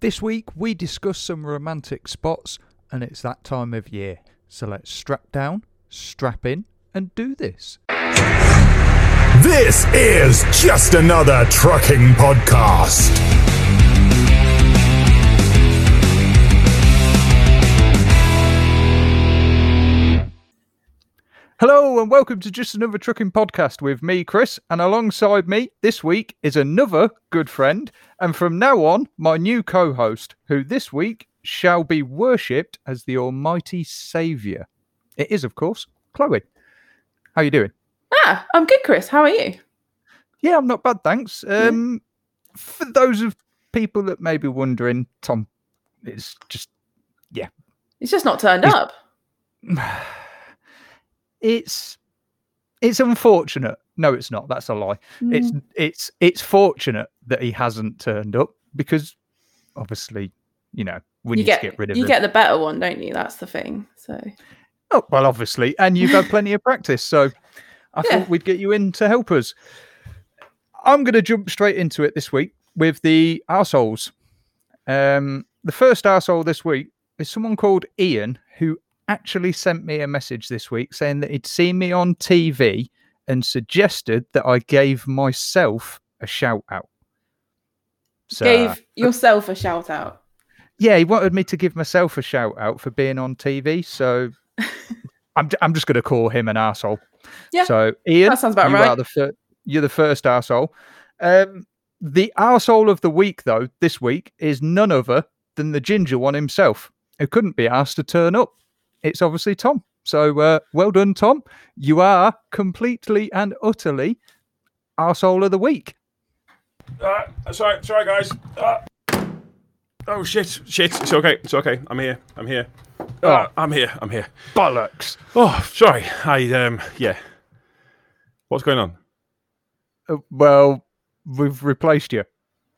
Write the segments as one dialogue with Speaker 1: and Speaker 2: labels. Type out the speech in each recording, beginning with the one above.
Speaker 1: This week we discuss some romantic spots, and it's that time of year. So let's strap down, strap in, and do this.
Speaker 2: This is just another trucking podcast.
Speaker 1: Hello, and welcome to just another trucking podcast with me, Chris, and alongside me this week is another good friend, and from now on, my new co host, who this week shall be worshipped as the Almighty Saviour. It is, of course, Chloe. How you doing?
Speaker 3: Ah, I'm good, Chris. How are you?
Speaker 1: Yeah, I'm not bad, thanks. Um, For those of people that may be wondering, Tom is just
Speaker 3: It's just not turned
Speaker 1: He's-
Speaker 3: up.
Speaker 1: it's it's unfortunate. No, it's not. That's a lie.
Speaker 3: Mm.
Speaker 1: It's it's it's fortunate that he hasn't turned up because obviously, you know, we
Speaker 3: you
Speaker 1: need
Speaker 3: get
Speaker 1: to get rid of
Speaker 3: you
Speaker 1: him.
Speaker 3: get the better one, don't you? That's the thing. So
Speaker 1: Oh, well, obviously, and you've had plenty of practice, so I
Speaker 3: Yeah.
Speaker 1: thought we'd get you in to help us. I'm going to jump straight into it this week with the arseholes. Um, the first arsehole this week is someone called Ian who actually sent me a message this week saying that he'd seen me on TV and suggested that I gave myself a shout out. So, uh,
Speaker 3: gave yourself a shout out.
Speaker 1: yeah, he wanted me to give myself a shout out for being on TV. So I'm, j- I'm just going to call him an asshole.
Speaker 3: Yeah,
Speaker 1: So Ian,
Speaker 3: that sounds about
Speaker 1: you are
Speaker 3: right.
Speaker 1: the fir- you're the first asshole. Um, the asshole of the week, though, this week is none other than the ginger one himself, who couldn't be asked to turn up. It's obviously Tom. So uh, well done, Tom. You are completely and utterly asshole of the week.
Speaker 4: Uh, sorry, sorry, guys. Uh, oh shit, shit. It's okay. It's okay. I'm here. I'm here. Uh, I'm here. I'm here.
Speaker 1: Bollocks.
Speaker 4: Oh, sorry. I um, yeah. What's going on?
Speaker 1: Uh, well, we've replaced you.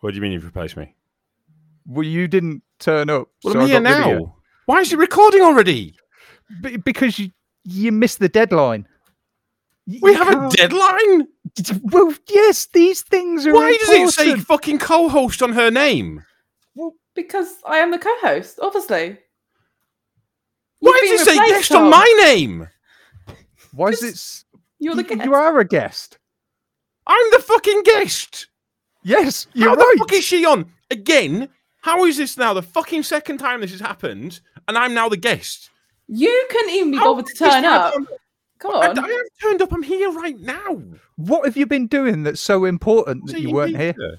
Speaker 4: What do you mean you've replaced me?
Speaker 1: Well, you didn't turn up.
Speaker 4: Well,
Speaker 1: so
Speaker 4: I'm
Speaker 1: I
Speaker 4: here
Speaker 1: got rid of you.
Speaker 4: now. Why is it recording already?
Speaker 1: B- because you you missed the deadline. Y-
Speaker 4: We
Speaker 1: you
Speaker 4: have a
Speaker 1: can't-
Speaker 4: deadline.
Speaker 1: Well, yes, these things are.
Speaker 4: Why does it say
Speaker 1: important.
Speaker 4: fucking co-host on her name?
Speaker 3: Well, because I am the co-host, obviously.
Speaker 4: Why
Speaker 3: been
Speaker 4: does it say
Speaker 3: replaced,
Speaker 4: guest on
Speaker 3: Tom.
Speaker 4: my name?
Speaker 1: Why is
Speaker 3: just-
Speaker 1: it? s-
Speaker 3: You're the
Speaker 1: y-
Speaker 3: guest.
Speaker 1: You are a guest.
Speaker 4: I'm the fucking guest.
Speaker 1: Yes, you're
Speaker 4: How
Speaker 1: right.
Speaker 4: the fuck is she on again? How is this now the fucking second time this has happened, and I'm now the guest?
Speaker 3: You couldn't even be
Speaker 4: How
Speaker 3: bothered to
Speaker 4: is this
Speaker 3: turn
Speaker 4: now
Speaker 3: up.
Speaker 4: turned
Speaker 3: Come
Speaker 4: I,
Speaker 3: on.
Speaker 4: I have turned up. I'm here right now.
Speaker 1: What have you been doing that's so important that
Speaker 4: Eating
Speaker 1: you weren't here?
Speaker 4: pizza.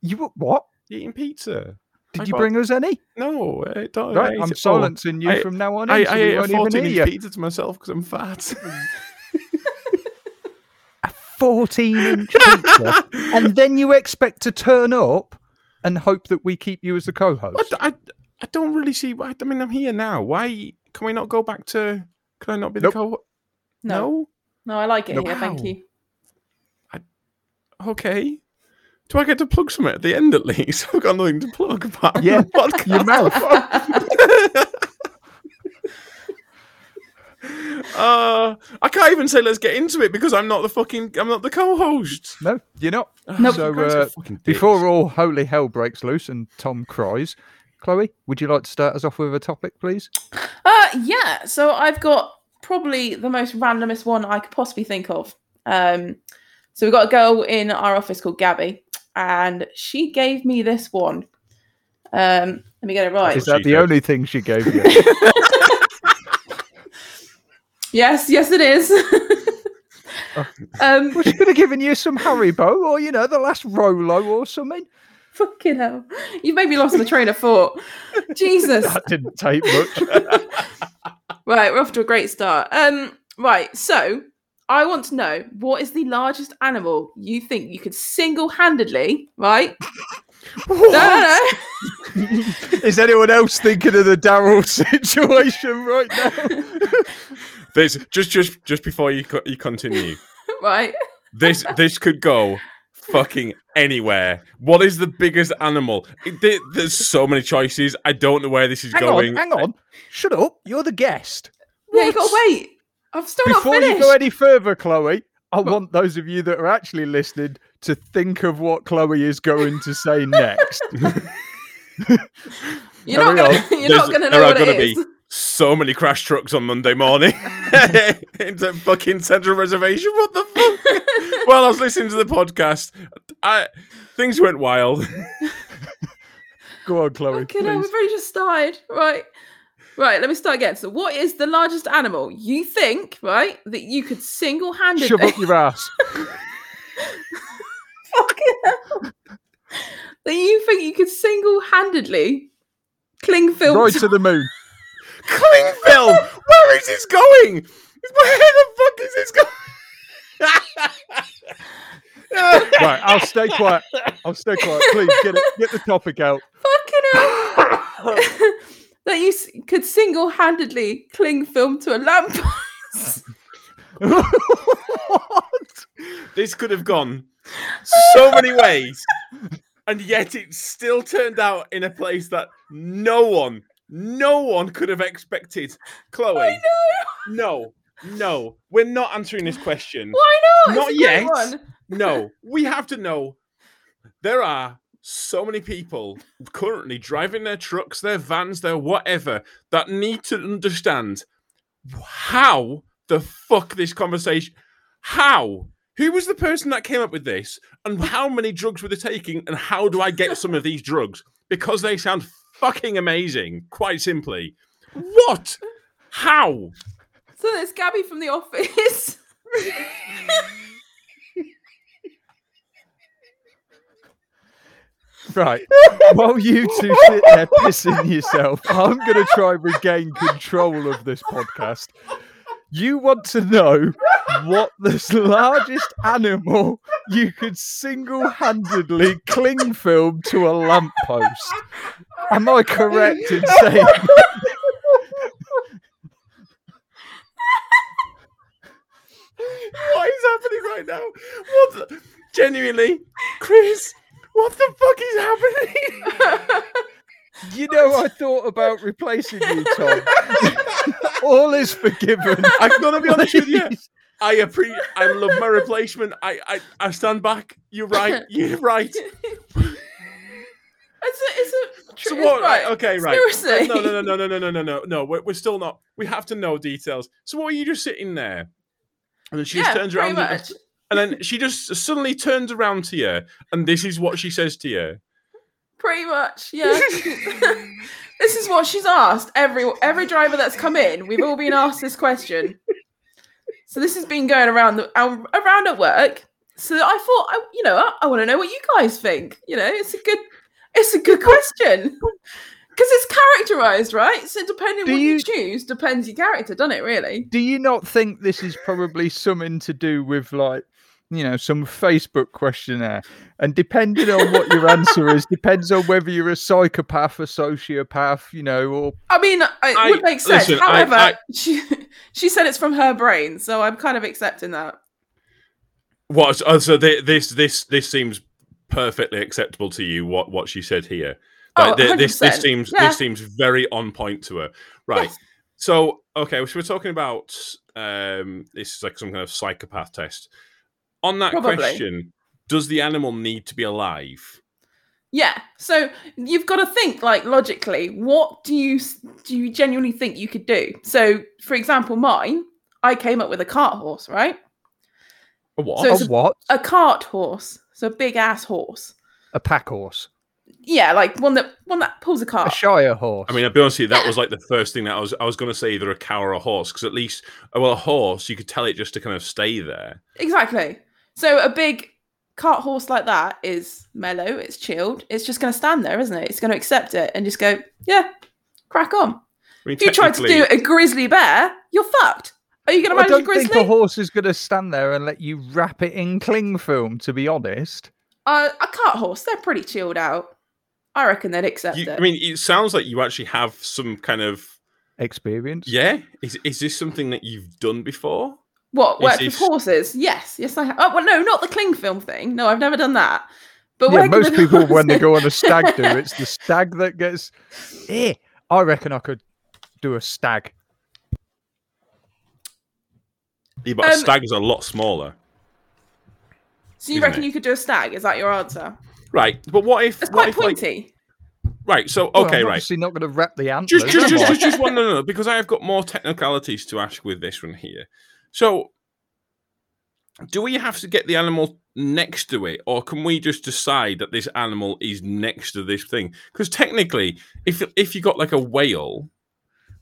Speaker 1: You were- what?
Speaker 4: Eating pizza.
Speaker 1: Did
Speaker 4: I
Speaker 1: you
Speaker 4: got-
Speaker 1: bring us any?
Speaker 4: No, I don't.
Speaker 1: Right,
Speaker 4: I
Speaker 1: I'm
Speaker 4: ate-
Speaker 1: silencing you
Speaker 4: I-
Speaker 1: from now on.
Speaker 4: Oh, I,
Speaker 1: in, so
Speaker 4: I
Speaker 1: we
Speaker 4: ate a
Speaker 1: won't even
Speaker 4: 14
Speaker 1: hear
Speaker 4: inch
Speaker 1: you.
Speaker 4: pizza to myself because I'm fat.
Speaker 1: Fourteen inch pizza, and then you expect to turn up and hope that we keep you as the co-host.
Speaker 4: What? I, I don't really see. Why, I mean, I'm here now. Why can we not go back to? Can I not be the
Speaker 1: Nope.
Speaker 4: co?
Speaker 3: No, no, I like it
Speaker 1: Nope.
Speaker 3: here. Thank
Speaker 4: Wow.
Speaker 3: you.
Speaker 4: No? Okay. Do I get to plug something at the end at least? I've got nothing to plug. Apart from
Speaker 1: Yeah,
Speaker 4: the podcast.
Speaker 1: Your mouth.
Speaker 4: Uh, I can't even say let's get into it because I'm not the fucking. I'm not the co-host.
Speaker 1: No, you're not.
Speaker 3: Nope.
Speaker 1: So
Speaker 4: You guys are
Speaker 1: uh,
Speaker 4: fucking dicks.
Speaker 1: before all holy hell breaks loose and Tom cries, Chloe, would you like to start us off with a topic, please?
Speaker 3: Uh, yeah. So I've got probably the most randomest one I could possibly think of. Um, so we've got a girl in our office called Gabby, and she gave me this one. Um, let me get it right.
Speaker 1: Is that
Speaker 4: she
Speaker 1: the
Speaker 4: did.
Speaker 1: only thing she gave you?
Speaker 3: Yes, yes, it is. um,
Speaker 1: well, she could have given you some Haribo or, you know, the last Rolo or something.
Speaker 3: fucking hell, you've maybe lost my train of thought. Jesus.
Speaker 1: That didn't take much.
Speaker 3: Right, we're off to a great start. Um, right, so I want to know what is the largest animal you think you could single-handedly, right? No, no, no.
Speaker 1: Is anyone else thinking of the Daryl situation right now?
Speaker 4: this, just just just before you co- you continue,
Speaker 3: right?
Speaker 4: this this could go fucking anywhere. What is the biggest animal? It- there- there's so many choices. I don't know where this is
Speaker 1: Hang
Speaker 4: going.
Speaker 1: on, hang on. Shut up. You're the guest.
Speaker 3: Yeah, you gotta wait. I've still
Speaker 1: Before
Speaker 3: not
Speaker 1: you
Speaker 3: finished.
Speaker 1: go any further, Chloe, I want those of you that are actually listening to think of what Chloe is going to say next.
Speaker 3: You're not
Speaker 1: There we
Speaker 3: gonna, you're not
Speaker 4: There's-
Speaker 3: gonna know
Speaker 4: there are
Speaker 3: what
Speaker 4: gonna
Speaker 3: it is.
Speaker 4: be so many crash trucks on Monday morning into fucking central reservation. What the fuck? While I was listening to the podcast, I things went wild.
Speaker 1: Go on, Chloe.
Speaker 3: Okay, no,
Speaker 1: please.
Speaker 3: we've already just started. Right. Right, let me start again. So, what is the largest animal you think, right, that you could single
Speaker 1: Shove
Speaker 3: handedly
Speaker 1: up your ass.
Speaker 3: Fucking hell. that you think you could single handedly cling film
Speaker 1: right
Speaker 3: to-
Speaker 1: to the moon.
Speaker 4: Cling film. Where is this going? Where the fuck is this going?
Speaker 1: Right, I'll stay quiet. I'll stay quiet. Please get it. Get the topic out.
Speaker 3: fucking hell. that you s- could single handedly cling film to a lamppost.
Speaker 1: what?
Speaker 4: this could have gone so many ways, and yet it still turned out in a place that no one, no one could have expected. Chloe,
Speaker 3: I know.
Speaker 4: no, no, we're not answering this question.
Speaker 3: Why not?
Speaker 4: Not
Speaker 3: it's a
Speaker 4: yet.
Speaker 3: Great one.
Speaker 4: No, we have to know. There are so many people currently driving their trucks, their vans, their whatever that need to understand how the fuck this conversation. How? Who was the person that came up with this? And how many drugs were they taking? And how do I get some of these drugs? Because they sound fucking amazing, quite simply. What? How?
Speaker 3: So, it's Gabby from The Office.
Speaker 1: Right. While you two sit there pissing yourself, I'm going to try and regain control of this podcast. You want to know what the largest animal you could single handedly cling film to a lamppost. Am I correct in saying
Speaker 4: What is happening right now? What? The... Genuinely, Chris, what the fuck is happening?
Speaker 1: You know, I thought about replacing you, Tom. All is forgiven.
Speaker 4: I'm gonna be honest with you.
Speaker 1: Please.
Speaker 4: I appre- I love my replacement. I, I I stand back. You're right. You're right.
Speaker 3: It's a, it's a
Speaker 4: So
Speaker 3: it's
Speaker 4: what? Right. Okay. Right.
Speaker 3: Seriously.
Speaker 4: No. No. No. No. No. No. No. No. No. No. We're, we're still not. We have to know details. So what are you just sitting there? And then she
Speaker 3: yeah,
Speaker 4: just turns around.
Speaker 3: pretty
Speaker 4: and-
Speaker 3: much.
Speaker 4: And then she just suddenly turns around to you, and this is what she says to you.
Speaker 3: Pretty much, yeah. this is what she's asked every every driver that's come in. We've all been asked this question. So this has been going around the um, around at work. So I thought, I, you know, I, I want to know what you guys think. You know, it's a good it's a good question because it's characterized, right? So depending
Speaker 1: Do
Speaker 3: what you...
Speaker 1: you-
Speaker 3: choose depends your character, doesn't it? Really?
Speaker 1: Do you not think this is probably something to do with like, you know, some Facebook questionnaire? And depending on what your answer is, depends on whether you're a psychopath, a sociopath, you know, or
Speaker 3: I mean, it
Speaker 4: I-
Speaker 3: would make sense.
Speaker 4: listen, I-
Speaker 3: However,
Speaker 4: I-
Speaker 3: she she said it's from her brain, so I'm kind of accepting that.
Speaker 4: What? So, oh, so thi- this this this seems perfectly acceptable to you. What what she said here.
Speaker 3: Oh,
Speaker 4: Like, thi- this this
Speaker 3: 100%.
Speaker 4: seems
Speaker 3: Yeah.
Speaker 4: this seems very on point to her. Right.
Speaker 3: Yes.
Speaker 4: So okay, so we're talking about um this is like some kind of psychopath test. On that
Speaker 3: Probably.
Speaker 4: question, does the animal need to be alive?
Speaker 3: Yeah. So you've got to think like logically. What do you s- do? You genuinely think you could do? So, for example, mine. I came up with a cart horse, right?
Speaker 4: A what?
Speaker 3: So
Speaker 1: a
Speaker 3: it's a-
Speaker 1: what?
Speaker 3: A cart horse. So a big ass horse.
Speaker 1: A pack horse,
Speaker 3: Yeah, like one that one that pulls a
Speaker 1: a
Speaker 3: cart.
Speaker 1: shire horse.
Speaker 4: Ah. I mean, I'll be honest with you, that was like the first thing that I was I was going to say either a cow or a horse because at least well a horse you could tell it just to kind of stay there.
Speaker 3: exactly. So a big cart horse like that is mellow. It's chilled. It's just going to stand there, isn't it? It's going to accept it and just go, yeah, crack on.
Speaker 4: I mean,
Speaker 3: If you try to
Speaker 4: technically-
Speaker 3: do a grizzly bear, you're fucked. Are you going to
Speaker 1: I
Speaker 3: manage a
Speaker 1: don't
Speaker 3: grizzly?
Speaker 1: think a horse is going to stand there and let you wrap it in cling film. To be honest,
Speaker 3: uh, a cart horse. They're pretty chilled out. I reckon they'd accept
Speaker 4: You-
Speaker 3: it.
Speaker 4: I mean, it sounds like you actually have some kind of
Speaker 1: experience.
Speaker 4: yeah. Is is this something that you've done before?
Speaker 3: what
Speaker 4: it's-
Speaker 3: worked with
Speaker 4: it's-
Speaker 3: horses? Yes, yes, I have. Oh, well, no, not the cling film thing. No, I've never done that. But
Speaker 1: yeah,
Speaker 3: working
Speaker 1: most
Speaker 3: with
Speaker 1: people when they
Speaker 3: horses-
Speaker 1: go on a stag do, it's the stag that gets. Eh, I reckon I could do a stag.
Speaker 4: Yeah, but a
Speaker 3: Um,
Speaker 4: stag is a lot smaller,
Speaker 3: So you
Speaker 4: isn't
Speaker 3: reckon
Speaker 4: it?
Speaker 3: you could do a stag? Is that your answer?
Speaker 4: right? But what if
Speaker 3: It's
Speaker 4: what
Speaker 3: quite
Speaker 4: if, like-
Speaker 3: pointy.
Speaker 4: Right. So
Speaker 1: Well,
Speaker 4: okay.
Speaker 1: I'm
Speaker 4: right.
Speaker 1: Obviously, not going to wrap the antlers.
Speaker 4: just, just,
Speaker 1: am
Speaker 4: just,
Speaker 1: I?
Speaker 4: just, just one, no, no, no, because I have got more technicalities to ask with this one here. So, do we have to get the animal next to it, or can we just decide that this animal is next to this thing? Because technically, if if you got like a whale,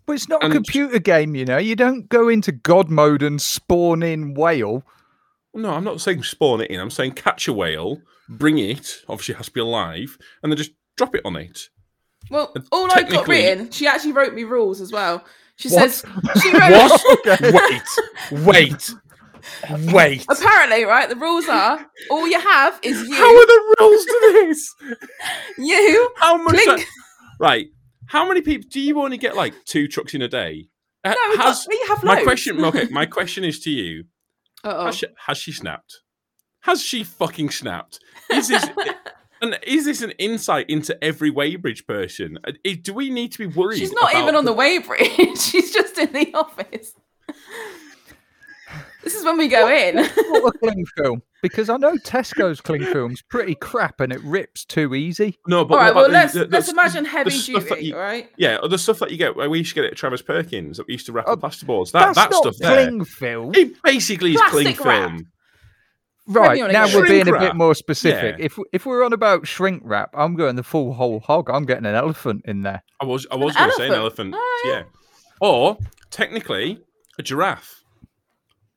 Speaker 1: But it's not a
Speaker 4: and-
Speaker 1: computer game, you know. You don't go into God mode and spawn in whale.
Speaker 4: no, I'm not saying spawn it in. I'm saying catch a whale, bring it. Obviously, it has to be alive, and then just drop it on it.
Speaker 3: Well, all I've got
Speaker 4: uh, technically-
Speaker 3: written, she actually wrote me rules as well. She
Speaker 1: What?
Speaker 3: says she wrote
Speaker 4: What? wait, wait, wait.
Speaker 3: apparently, right? The rules are all you have is you.
Speaker 4: How are the rules to this?
Speaker 3: you
Speaker 4: How much?
Speaker 3: Blink.
Speaker 4: time- right. How many people do you only get like two trucks in a day? Uh,
Speaker 3: No, we've got-
Speaker 4: has-
Speaker 3: we have loads. Oh.
Speaker 4: my question? Okay, my question is to you:
Speaker 3: Uh-oh.
Speaker 4: has, she, has she snapped? Has she fucking snapped? Is this and is this an insight into every Weybridge person? Uh, i- do we need to be worried?
Speaker 3: She's not even
Speaker 4: about-
Speaker 3: on the way bridge. She's just in the office. This is when we go in.
Speaker 1: Not a cling film, because I know Tesco's cling film's pretty crap and it rips too easy.
Speaker 4: No, but
Speaker 3: all
Speaker 4: what
Speaker 3: right,
Speaker 4: about
Speaker 3: well,
Speaker 4: the-
Speaker 3: let's
Speaker 4: the- the
Speaker 3: let's
Speaker 4: s-
Speaker 3: imagine heavy
Speaker 4: stuff that
Speaker 3: duty,
Speaker 4: you-
Speaker 3: all right?
Speaker 4: Yeah, or the stuff that you get. well, We used to get it at Travis Perkins that we used to wrap
Speaker 1: Oh,
Speaker 4: up plasterboards. That that
Speaker 1: That's not
Speaker 4: stuff there.
Speaker 1: cling film.
Speaker 4: It basically is cling
Speaker 3: Plastic wrap.
Speaker 4: film.
Speaker 1: Right
Speaker 3: on
Speaker 1: now,
Speaker 3: again.
Speaker 1: we're being
Speaker 4: Shrink
Speaker 1: a bit
Speaker 4: wrap.
Speaker 1: more specific.
Speaker 4: Yeah.
Speaker 1: If if we're on about shrink wrap, I'm going the full whole hog. I'm getting an elephant in there.
Speaker 4: I was I was going to say an
Speaker 3: elephant.
Speaker 4: elephant.
Speaker 3: Oh, yeah.
Speaker 4: yeah. Or technically a giraffe.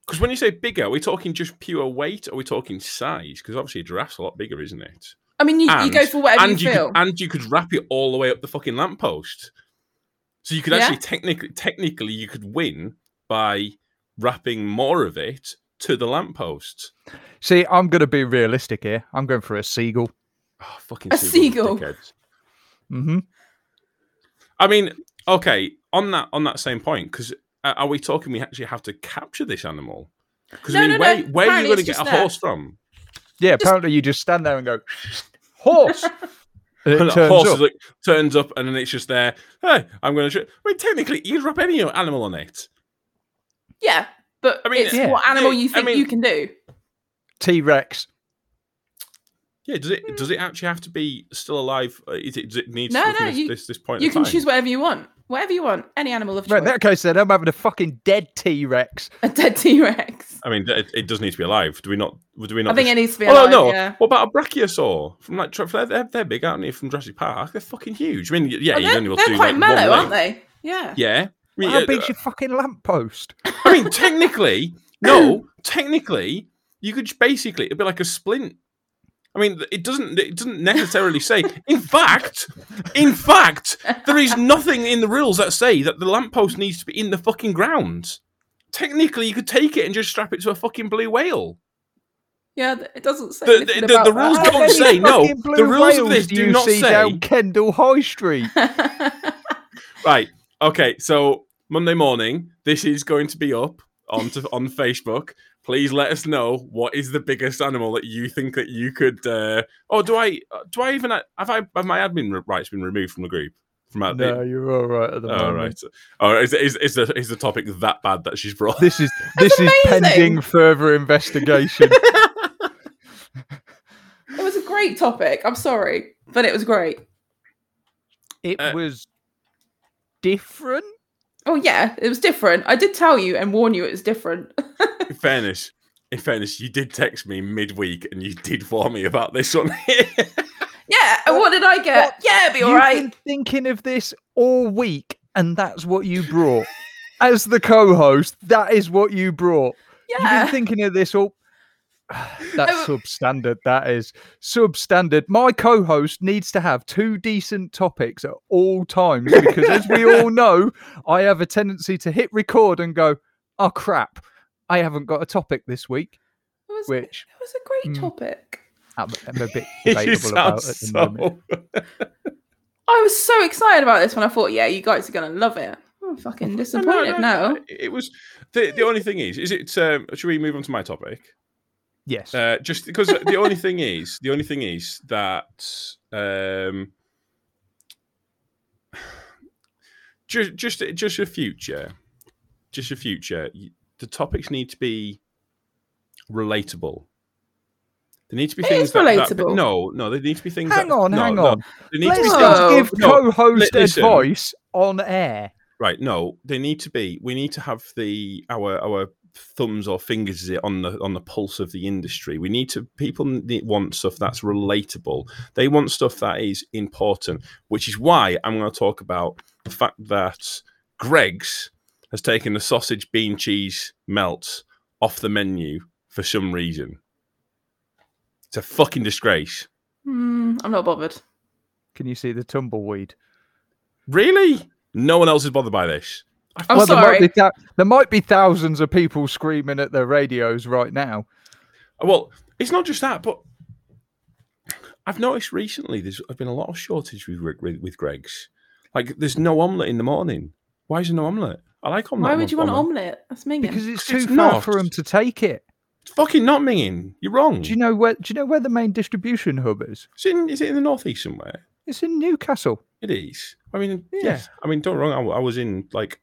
Speaker 4: Because when you say bigger, are we talking just pure weight or are we talking size? Because obviously a giraffe's a lot bigger, isn't it?
Speaker 3: I mean, you, you
Speaker 4: And-
Speaker 3: go for whatever you
Speaker 4: and you,
Speaker 3: feel.
Speaker 4: could, and you could wrap it all the way up the fucking lamppost. So you could
Speaker 3: Yeah.
Speaker 4: actually technically technically you could win by wrapping more of it to the lamppost.
Speaker 1: See, I'm going to be realistic here. I'm going for a seagull.
Speaker 4: Oh, fucking
Speaker 3: A seagull.
Speaker 4: seagulls, dickheads.
Speaker 1: hmm
Speaker 4: I mean, okay, on that on that same point, because are we talking we actually have to capture this animal? Because
Speaker 3: No,
Speaker 4: I mean,
Speaker 3: no, no,
Speaker 4: where, where are
Speaker 3: apparently
Speaker 4: you going to
Speaker 3: it's
Speaker 4: get
Speaker 3: just
Speaker 4: a
Speaker 3: there.
Speaker 4: horse from?
Speaker 1: Yeah, apparently you just stand there and go, horse. And
Speaker 4: And
Speaker 1: it
Speaker 4: a
Speaker 1: turns
Speaker 4: horse
Speaker 1: up.
Speaker 4: Is like, turns up and then it's just there. Hey, I'm going to. I mean, technically, you could wrap any animal on it.
Speaker 3: yeah, but
Speaker 4: I mean,
Speaker 3: it's
Speaker 1: yeah.
Speaker 3: what animal
Speaker 4: Yeah,
Speaker 3: you
Speaker 4: I
Speaker 3: think
Speaker 4: mean-
Speaker 3: you can do.
Speaker 1: T Rex.
Speaker 4: Yeah, does it does it actually have to be still alive? Uh, Is it does it need
Speaker 3: Hmm. No,
Speaker 4: to be
Speaker 3: no,
Speaker 4: this,
Speaker 3: you-
Speaker 4: this this point?
Speaker 3: You
Speaker 4: of
Speaker 3: can
Speaker 4: time?
Speaker 3: choose whatever you want. Whatever you want. Any animal of
Speaker 1: Right,
Speaker 3: choice.
Speaker 1: in that case, then I'm having a fucking dead T Rex.
Speaker 3: A dead T Rex.
Speaker 4: I mean, it, it does need to be alive. Do we not? Do we not?
Speaker 3: I think
Speaker 4: just-
Speaker 3: it needs to be
Speaker 4: Oh
Speaker 3: alive.
Speaker 4: no!
Speaker 3: Yeah.
Speaker 4: What about a brachiosaur from like Tra- they're, they're they're big, aren't they? From Jurassic Park, they're fucking huge. I mean, y- yeah,
Speaker 3: Oh,
Speaker 4: you
Speaker 3: they're
Speaker 4: only able to
Speaker 3: they're
Speaker 4: do,
Speaker 3: quite
Speaker 4: like,
Speaker 3: mellow,
Speaker 4: one
Speaker 3: aren't
Speaker 4: leg.
Speaker 3: they? Yeah.
Speaker 4: Yeah, I mean,
Speaker 1: How
Speaker 4: uh,
Speaker 1: big's your fucking lamppost?
Speaker 4: I mean, technically, no, technically, you could j- basically it'd be like a splint. I mean, th- it doesn't it doesn't necessarily say. In fact, in fact, there is nothing in the rules that say that the lamppost needs to be in the fucking ground. Technically, you could take it and just strap it to a fucking blue whale.
Speaker 3: Yeah, th- it doesn't say
Speaker 4: The, the,
Speaker 3: anything
Speaker 4: the-
Speaker 3: about
Speaker 4: the rules
Speaker 1: How
Speaker 3: that.
Speaker 4: don't
Speaker 1: many
Speaker 4: say no.
Speaker 1: fucking blue
Speaker 4: The rules of
Speaker 1: whales
Speaker 4: this
Speaker 1: you
Speaker 4: do not
Speaker 1: see
Speaker 4: say
Speaker 1: down Kendall High Street.
Speaker 4: Right. Okay. So Monday morning, this is going to be up on to, on Facebook. Please let us know what is the biggest animal that you think that you could. Uh, oh, do I uh, do I even have I have my admin r- rights been removed from the group? From out
Speaker 1: No, you're all right at the
Speaker 4: the,
Speaker 1: moment.
Speaker 4: oh, right. Oh, is, is is the is the topic that bad that she's brought?
Speaker 1: This is this is
Speaker 3: amazing.
Speaker 1: pending further investigation.
Speaker 3: it was a great topic. I'm sorry, but it was great.
Speaker 1: it
Speaker 4: Uh,
Speaker 1: was different.
Speaker 3: Oh yeah, it was different. I did tell you and warn you it was different.
Speaker 4: In fairness, in fairness, you did text me midweek and you did warn me about this one. here.
Speaker 3: yeah, and what did I get? Yeah, it'd be all
Speaker 1: You've
Speaker 3: right.
Speaker 1: been thinking of this all week, and that's what you brought. As the co-host, that is what you brought. You've
Speaker 3: Yeah.
Speaker 1: been thinking of this all. That's
Speaker 4: Um,
Speaker 3: Oh.
Speaker 1: substandard. That is substandard. My co-host needs to have two decent topics at all times because, as we all know, I have a tendency to hit record and go, "Oh crap, I haven't got a topic this week,"
Speaker 3: it, was,
Speaker 1: which
Speaker 3: it was a great
Speaker 1: Mm.
Speaker 3: topic.
Speaker 1: I'm, I'm a bit
Speaker 4: you
Speaker 1: debatable
Speaker 4: sound
Speaker 1: about at the moment.
Speaker 4: so
Speaker 3: I was so excited about this when I thought, yeah, you guys are gonna love it. I'm fucking
Speaker 4: No, no,
Speaker 3: disappointed
Speaker 4: no,
Speaker 3: now.
Speaker 4: no, It was the the only thing is, is it? Um, should we move on to my topic?
Speaker 1: Yes.
Speaker 4: Uh, just because the only thing is, the only thing is that um, just just just your future, just your future. y- The topics need to be relatable. There need to be
Speaker 3: It
Speaker 4: things
Speaker 3: is
Speaker 4: that, that-
Speaker 3: relatable.
Speaker 4: no, no. There needs to be things.
Speaker 1: Hang
Speaker 4: that,
Speaker 1: on,
Speaker 4: no,
Speaker 1: hang
Speaker 4: no,
Speaker 1: on.
Speaker 4: There needs
Speaker 1: Let's
Speaker 4: to be
Speaker 3: No.
Speaker 4: things,
Speaker 1: not give
Speaker 4: No,
Speaker 1: co-host
Speaker 4: li- listen.
Speaker 1: advice on air.
Speaker 4: right. No, they need to be. We need to have the our our thumbs or fingers on the on the pulse of the industry. We need to people need, want stuff that's relatable. They want stuff that is important, which is why I'm going to talk about the fact that Greg's has taken the sausage bean cheese melt off the menu for some reason. It's a fucking disgrace.
Speaker 3: Hmm, I'm not bothered.
Speaker 1: Can you see the tumbleweed?
Speaker 4: Really? No one else is bothered by this.
Speaker 3: I'm
Speaker 1: Well,
Speaker 3: Oh, sorry.
Speaker 1: There might, be thou- there might be thousands of people screaming at their radios right now.
Speaker 4: Well, it's not just that, but I've noticed recently there's I've been a lot of shortage with Gre- with, with Greg's. Like, there's no omelette in the morning. Why is there no omelette? I like omelette.
Speaker 3: Why
Speaker 4: on
Speaker 3: would
Speaker 4: my-
Speaker 3: you want an
Speaker 4: on my-
Speaker 3: omelette? That's minging.
Speaker 1: Because it's too
Speaker 4: It's
Speaker 1: far
Speaker 4: not.
Speaker 1: for them to take it.
Speaker 4: It's fucking not minging. You're wrong.
Speaker 1: Do you know where? Do you know where the main distribution hub is?
Speaker 4: is, it in, is it in the northeast somewhere?
Speaker 1: It's in Newcastle.
Speaker 4: It is. I mean, yeah.
Speaker 1: Yes.
Speaker 4: I mean, don't get me wrong. I, w- I was in like,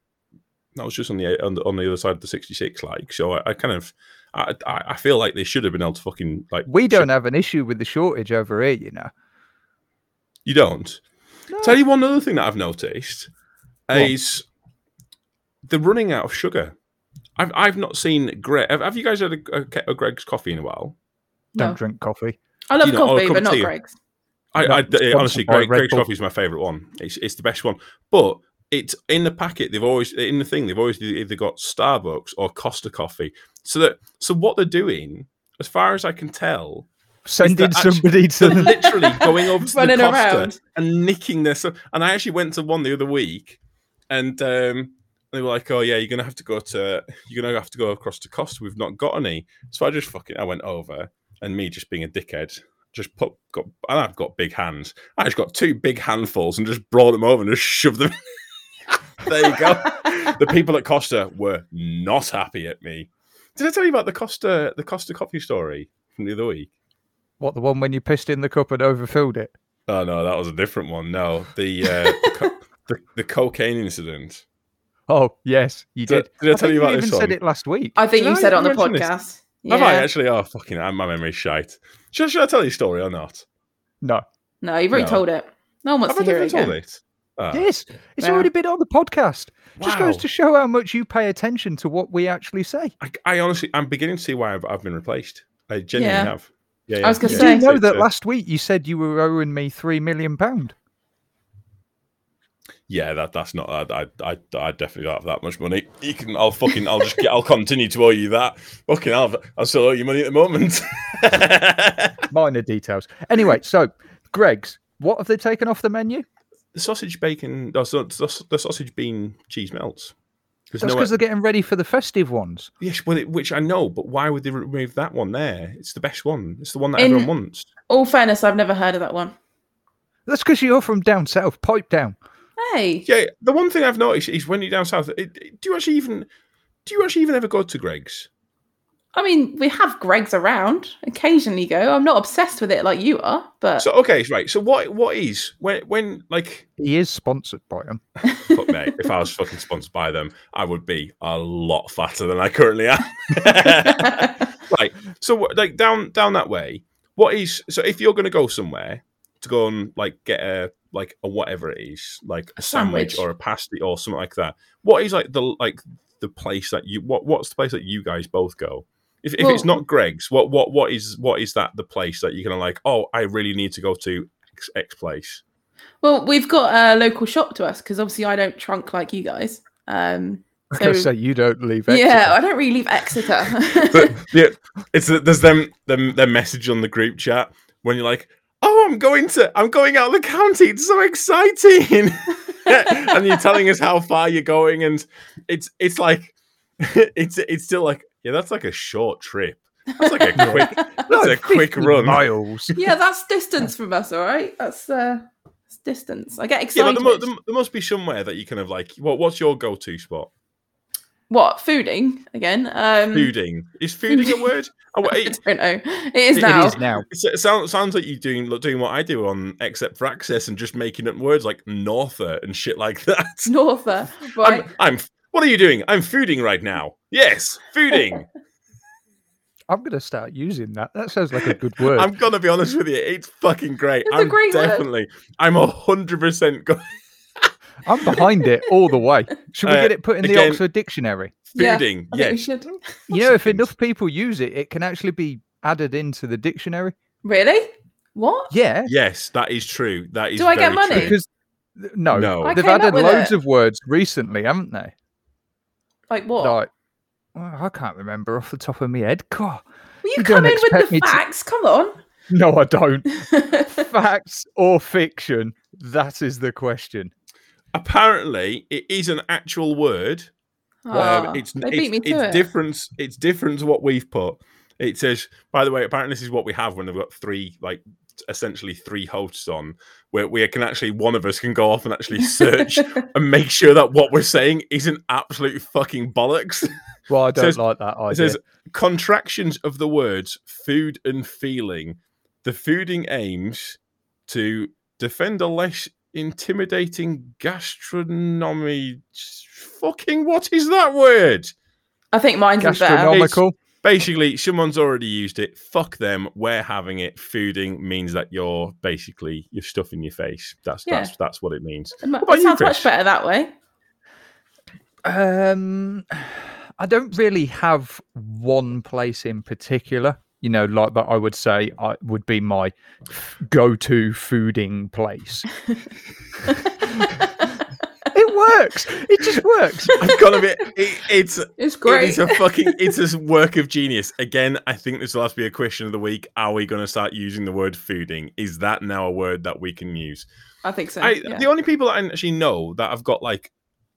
Speaker 4: I was just on the uh, on the, on the other side of the 66. Like, so I, I kind of, I, I I feel like they should have been able to fucking like.
Speaker 1: We don't have an issue with the shortage over here, you know.
Speaker 4: You don't.
Speaker 1: No.
Speaker 4: Tell you one other thing that I've noticed
Speaker 1: What?
Speaker 4: is the running out of sugar. I've I've not seen Greg. Have, have you guys had a, a, ke- a Greg's coffee in a while?
Speaker 1: don't
Speaker 3: No.
Speaker 1: drink coffee.
Speaker 3: I love
Speaker 4: you know, oh, or a
Speaker 3: coffee,
Speaker 4: cup
Speaker 3: but
Speaker 4: of
Speaker 3: not
Speaker 4: tea.
Speaker 3: Greg's.
Speaker 4: I,
Speaker 1: No,
Speaker 4: I-
Speaker 1: it's
Speaker 4: I- honestly,
Speaker 1: sponsored by
Speaker 4: Greg,
Speaker 1: Red
Speaker 4: Greg's
Speaker 1: Bull.
Speaker 4: coffee is my favourite one. It's it's the best one. But it's in the packet. They've always in the thing. They've always either got Starbucks or Costa coffee. So that so what they're doing, as far as I can tell,
Speaker 1: Sending
Speaker 4: actually-
Speaker 1: somebody to
Speaker 4: they're
Speaker 1: the
Speaker 4: literally going over to the
Speaker 3: Running
Speaker 4: Costa
Speaker 3: around.
Speaker 4: and nicking their stuff. And I actually went to one the other week, and um, they were like, "Oh yeah, you're gonna have to go to you're gonna have to go across to Costa. We've not got any." So I just fucking I went over, and me just being a dickhead, just put got and I've got big hands. I just got two big handfuls and just brought them over and just shoved them. there you go. the people at Costa were not happy at me. Did I tell you about the Costa the Costa coffee story from the other week?
Speaker 1: what the one when you pissed in the cup and overfilled it.
Speaker 4: Oh no, that was a different one. No, the uh, the, co- the, the cocaine incident.
Speaker 1: Oh yes, you
Speaker 4: Did-
Speaker 1: did.
Speaker 4: did I tell
Speaker 1: think
Speaker 4: you about
Speaker 1: even
Speaker 4: this
Speaker 1: said
Speaker 4: one?
Speaker 1: it last week.
Speaker 3: I think
Speaker 4: Did
Speaker 3: you
Speaker 4: I
Speaker 3: said it on the
Speaker 4: mention this?
Speaker 3: podcast.
Speaker 4: Have I
Speaker 3: Yeah.
Speaker 4: actually? Oh fucking, hell, my memory's shite. Should, should I tell you the story or not?
Speaker 1: no.
Speaker 3: No, you've already
Speaker 4: No.
Speaker 3: told it. No one wants
Speaker 4: Have I
Speaker 3: to hear
Speaker 4: never
Speaker 3: it
Speaker 4: told
Speaker 3: again.
Speaker 4: it? Ah,
Speaker 1: Yes, it's
Speaker 3: Wow.
Speaker 1: already been on the podcast. Just goes
Speaker 4: wow.
Speaker 1: to show how much you pay attention to what we actually say.
Speaker 4: I, I honestly, I'm beginning to see why I've, I've been replaced. I genuinely
Speaker 3: Yeah.
Speaker 4: have. Yeah,
Speaker 3: was gonna
Speaker 1: You
Speaker 3: say-
Speaker 1: do
Speaker 3: Yeah.
Speaker 1: know that
Speaker 4: So-
Speaker 1: last week you said you were owing me three million pound.
Speaker 4: Yeah, that that's not. I I I, I definitely don't have that much money. You can. I'll fucking. I'll just. Get, I'll continue to owe you that. Fucking. I'll. I'll still owe you money at the moment.
Speaker 1: Minor details. Anyway, so Greg's, what have they taken off the menu?
Speaker 4: the sausage bacon. The, sau- the, sau- the sausage bean cheese melts. There's
Speaker 1: That's
Speaker 4: no-
Speaker 1: because they're getting ready for the festive ones.
Speaker 4: Yes, well, it, which I know, but why would they remove that one there? It's the best one. It's the one that
Speaker 3: In-
Speaker 4: everyone wants.
Speaker 3: All fairness, I've never heard of that one.
Speaker 1: That's because you're from down south. Pipe down.
Speaker 3: Hey,
Speaker 4: Yeah, the one thing I've noticed is when you're down south, it, it- do you actually even do you actually even ever go to Greg's?
Speaker 3: I mean, we have Greg's around. Occasionally go. I'm not obsessed with it like you are,
Speaker 1: Uh,
Speaker 3: but
Speaker 4: So okay, right. So what what is when when like
Speaker 1: He is sponsored by them.
Speaker 4: fuck mate, if I was fucking sponsored by them, I would be a lot fatter than I currently am. right. So what- like down down that way, what is so if you're gonna go somewhere to go and like get a like a whatever it is, like a sandwich,
Speaker 3: sandwich.
Speaker 4: or a pasty or something like that, what is like the like the place that you what what's the place that you guys both go? If, if it's
Speaker 3: Well-
Speaker 4: not Greg's, what what what is what is that the place that you're gonna like? Oh, I really need to go to X, X place.
Speaker 3: well, we've got a local shop to us because obviously I don't trunk like you guys. Um,
Speaker 1: Like I
Speaker 3: so,
Speaker 1: say, you don't leave.
Speaker 3: yeah,
Speaker 1: Exeter.
Speaker 3: I don't really leave Exeter.
Speaker 4: But, yeah, it's there's them them their message on the group chat when you're like, oh, I'm going to I'm going out of the county. It's so exciting. and you're telling us how far you're going, and it's it's like it's it's still like yeah, that's like a short trip. That's like a quick that's a quick
Speaker 1: 50
Speaker 4: run.
Speaker 1: Miles.
Speaker 3: yeah, that's distance from us. All right, that's uh, that's distance. I get
Speaker 4: Yeah, but
Speaker 3: excited.
Speaker 4: there, mu- there, mu- there must be somewhere that you kind of like. What what's your go to spot?
Speaker 3: what fooding again? Um,
Speaker 4: Fooding is fooding a word? Oh,
Speaker 3: I
Speaker 4: wait,
Speaker 3: don't know. It is
Speaker 4: It
Speaker 3: now.
Speaker 1: It is now.
Speaker 4: It's- It sounds sounds like you doing like doing what I do on except for access and just making up words like norther and shit like that.
Speaker 3: Norther, uh, right?
Speaker 4: I'm, I'm. What are you doing? I'm fooding right now. Yes, fooding.
Speaker 1: I'm gonna start using that. That sounds like a good word.
Speaker 4: I'm gonna be honest with you, it's fucking great.
Speaker 3: It's a
Speaker 4: I'm
Speaker 3: great word.
Speaker 4: definitely, I'm a hundred percent going
Speaker 1: I'm behind it all the way. Should we
Speaker 4: Uh,
Speaker 1: get it put in the
Speaker 4: again-
Speaker 1: Oxford Dictionary?
Speaker 3: Yeah, I
Speaker 4: fooding.
Speaker 3: think we
Speaker 4: yes,
Speaker 3: should.
Speaker 1: You know, if
Speaker 4: seconds.
Speaker 1: enough people use it, it can actually be added into the dictionary.
Speaker 3: Really? What?
Speaker 1: Yeah,
Speaker 4: yes, that is true. That is.
Speaker 3: Do I get
Speaker 4: very
Speaker 3: money?
Speaker 4: true.
Speaker 1: because th- no,
Speaker 4: No. I
Speaker 1: they've
Speaker 3: came up
Speaker 1: added
Speaker 3: with
Speaker 1: loads
Speaker 3: it.
Speaker 1: of words recently, haven't they?
Speaker 3: Like what?
Speaker 1: Like, well, I can't remember off the top of my head. God,
Speaker 3: Will
Speaker 1: you
Speaker 3: you
Speaker 1: don't
Speaker 3: come in with
Speaker 1: expect me
Speaker 3: the
Speaker 1: to-
Speaker 3: facts? Come on.
Speaker 1: no, I don't.
Speaker 4: Um,
Speaker 1: Facts or fiction? That is the question.
Speaker 4: Apparently, it is an actual word.
Speaker 3: Ah,
Speaker 4: um, it's
Speaker 3: they
Speaker 4: it's,
Speaker 3: beat me to
Speaker 4: it's
Speaker 3: it.
Speaker 4: different. It's different to what we've put. It says, by the way, apparently this is what we have when they've got three, like essentially three hosts on, where we can actually one of us can go off and actually search and make sure that what we're saying isn't absolute fucking bollocks.
Speaker 1: Well, I don't
Speaker 4: says-
Speaker 1: like that idea.
Speaker 4: It says contractions of the words food and feeling. The fooding aims to defend a less intimidating gastronomy. Fucking what is that word?
Speaker 3: I think mine's is better.
Speaker 1: Gastronomical.
Speaker 4: Basically, someone's already used it. Fuck them. We're having it. Fooding means that you're basically you're stuffing your face. That's
Speaker 3: Yeah.
Speaker 4: that's that's what it means.
Speaker 3: It mu-
Speaker 4: about
Speaker 3: it
Speaker 4: you,
Speaker 3: sounds
Speaker 4: Chris?
Speaker 3: much better that way.
Speaker 1: Um, I don't really have one place in particular. You know, like that I would say I would be my go-to fooding place. it works. It just works.
Speaker 4: I've got to be. It, it's
Speaker 3: It's
Speaker 4: It
Speaker 3: great.
Speaker 4: is a fucking it's a work of genius. Again, I think this will have to be a question of the week. Are we going to start using the word fooding? Is that now a word that we can use?
Speaker 3: I think so.
Speaker 4: I
Speaker 3: yeah.
Speaker 4: the only people that I actually know that I've got like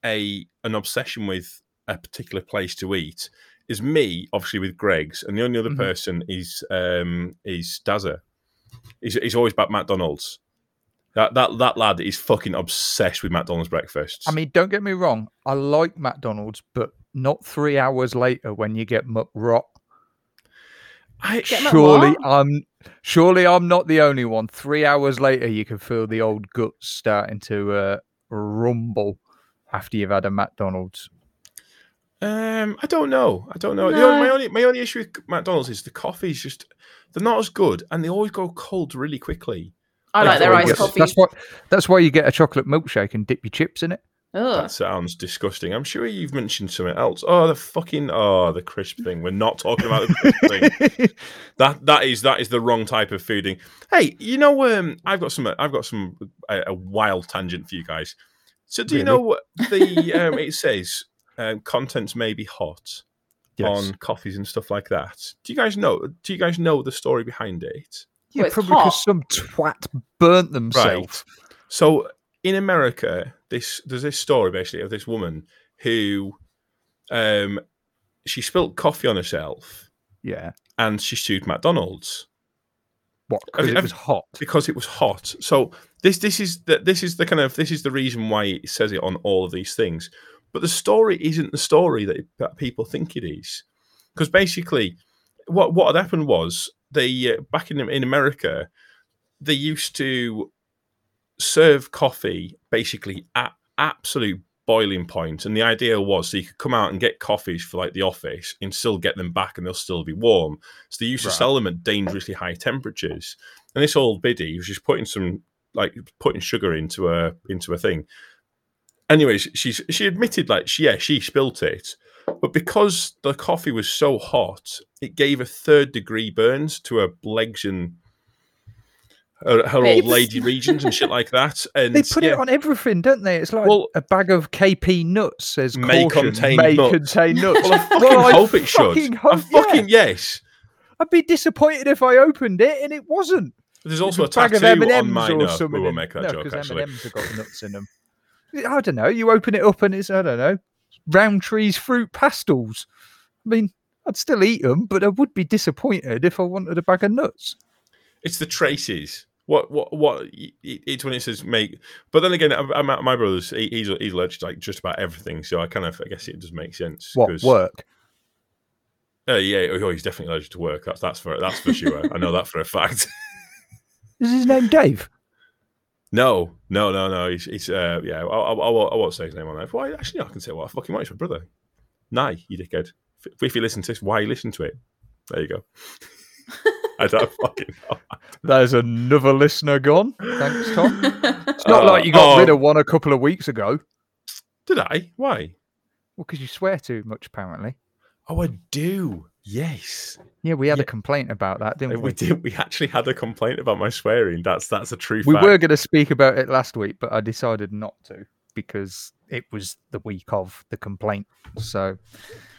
Speaker 4: a an obsession with a particular place to eat is me, obviously with Greg's, and the only other
Speaker 1: Mhm.
Speaker 4: person is um is Dazza. He's, he's always about McDonald's. That that that lad is fucking obsessed with McDonald's breakfasts.
Speaker 1: I mean, don't get me wrong. I like McDonald's, but not three hours later when you get McRot.
Speaker 4: I,
Speaker 3: Get my
Speaker 1: Surely
Speaker 3: what?
Speaker 1: I'm. Surely I'm not the only one. Three hours later, you can feel the old guts starting to uh, rumble after you've had a McDonald's.
Speaker 4: Um, I don't know. I don't know. The only, my
Speaker 3: No.
Speaker 4: only my only issue with McDonald's is the coffee's just they're not as good, and they always go cold really quickly.
Speaker 3: I like their
Speaker 4: That's
Speaker 3: iced
Speaker 4: what
Speaker 3: coffee.
Speaker 1: That's why. That's why you get a chocolate milkshake and dip your chips in it.
Speaker 3: Ugh.
Speaker 4: That sounds disgusting. I'm sure you've mentioned something else. Oh, the fucking oh, the crisp thing. We're not talking about the crisp thing. That that is that is the wrong type of fooding. Hey, you know, um, I've got some I've got some a, a wild tangent for you guys. So, do you
Speaker 1: Really?
Speaker 4: know what the um, it says? Um, contents may be hot.
Speaker 1: yes.
Speaker 4: on coffees and stuff like that. Do you guys know? Do you guys know the story behind it?
Speaker 1: Yeah,
Speaker 3: Well, it's
Speaker 1: probably
Speaker 3: hot.
Speaker 1: because some twat burnt themselves.
Speaker 4: So in America, this there's this story basically of this woman who, um, she spilt coffee on herself
Speaker 1: Yeah.
Speaker 4: and she sued McDonald's
Speaker 1: What?
Speaker 4: Have
Speaker 1: Because
Speaker 4: you-
Speaker 1: it
Speaker 4: have
Speaker 1: was
Speaker 4: you-
Speaker 1: hot.
Speaker 4: because it was hot. So this this is the, this is the kind of this is the reason why it says it on all of these things. But the story isn't the story that, that people think it is, because basically, what what had happened was they uh, back in in America, they used to serve coffee basically at absolute boiling point, and the idea was so you could come out and get coffees for like the office and still get them back, and they'll still be warm. So they used
Speaker 1: Right.
Speaker 4: to sell them at dangerously high temperatures. And this old biddy was just putting some like putting sugar into a into a thing. Anyways, she's she admitted like she, yeah she spilt it, but because the coffee was so hot, it gave her third degree burns to her legs and her, her old
Speaker 3: Babes.
Speaker 4: lady regions and shit like that. And
Speaker 1: They put
Speaker 4: yeah.
Speaker 1: it on everything, don't they? It's like
Speaker 4: Well-
Speaker 1: a bag of KP nuts says
Speaker 4: May
Speaker 1: caution,
Speaker 4: contain
Speaker 1: may
Speaker 4: nuts."
Speaker 1: contain nuts.
Speaker 4: Well, I fucking
Speaker 1: Well, I
Speaker 4: hope it should.
Speaker 1: fucking
Speaker 4: I
Speaker 1: hope-
Speaker 4: fucking yes.
Speaker 1: I'd be disappointed if I opened it and it wasn't.
Speaker 4: There's
Speaker 1: It
Speaker 4: also a
Speaker 1: was bag of
Speaker 4: tattoo on
Speaker 1: M&Ms
Speaker 4: my
Speaker 1: or
Speaker 4: no, We
Speaker 1: something
Speaker 4: will
Speaker 1: in-
Speaker 4: make that
Speaker 1: no,
Speaker 4: joke
Speaker 1: 'cause
Speaker 4: actually.
Speaker 1: M&Ms have got nuts in them. I don't know. You open it up and it's I don't know. Roundtree's fruit pastels. I mean, I'd still eat them, but I would be disappointed if I wanted a bag of nuts.
Speaker 4: It's the traces. What what what? it- It's when it says make. But then again, I- I- my my brother's he, he's he's allergic to like just about everything. So I kind of I guess it does make sense.
Speaker 1: What
Speaker 4: 'cause-
Speaker 1: work?
Speaker 4: Uh, yeah, oh, he's definitely allergic to work. That's that's for that's for sure. I know that for a fact.
Speaker 1: Is his name Dave?
Speaker 4: No, no, no, no. He's, he's uh, yeah. I, I, I, won't, I won't say his name on there. Well, actually, no, I can say what I fucking want. It's my brother. Nye, you dickhead. If- If you listen to this, why you listen to it? There you go. I don't fucking know.
Speaker 1: There's another listener gone. Uh, Thanks, Tom. It's not like you got
Speaker 4: Oh.
Speaker 1: rid of one a couple of weeks ago.
Speaker 4: Did I? Why?
Speaker 1: Well, because you swear too much, apparently.
Speaker 4: Oh, I do. Yes.
Speaker 1: Yeah, we had
Speaker 4: Yeah.
Speaker 1: a complaint about that, didn't we?
Speaker 4: We did. We actually had a complaint about my swearing. That's that's a true
Speaker 1: We
Speaker 4: fact.
Speaker 1: were going to speak about it last week, but I decided not to because it was the week of the complaint. So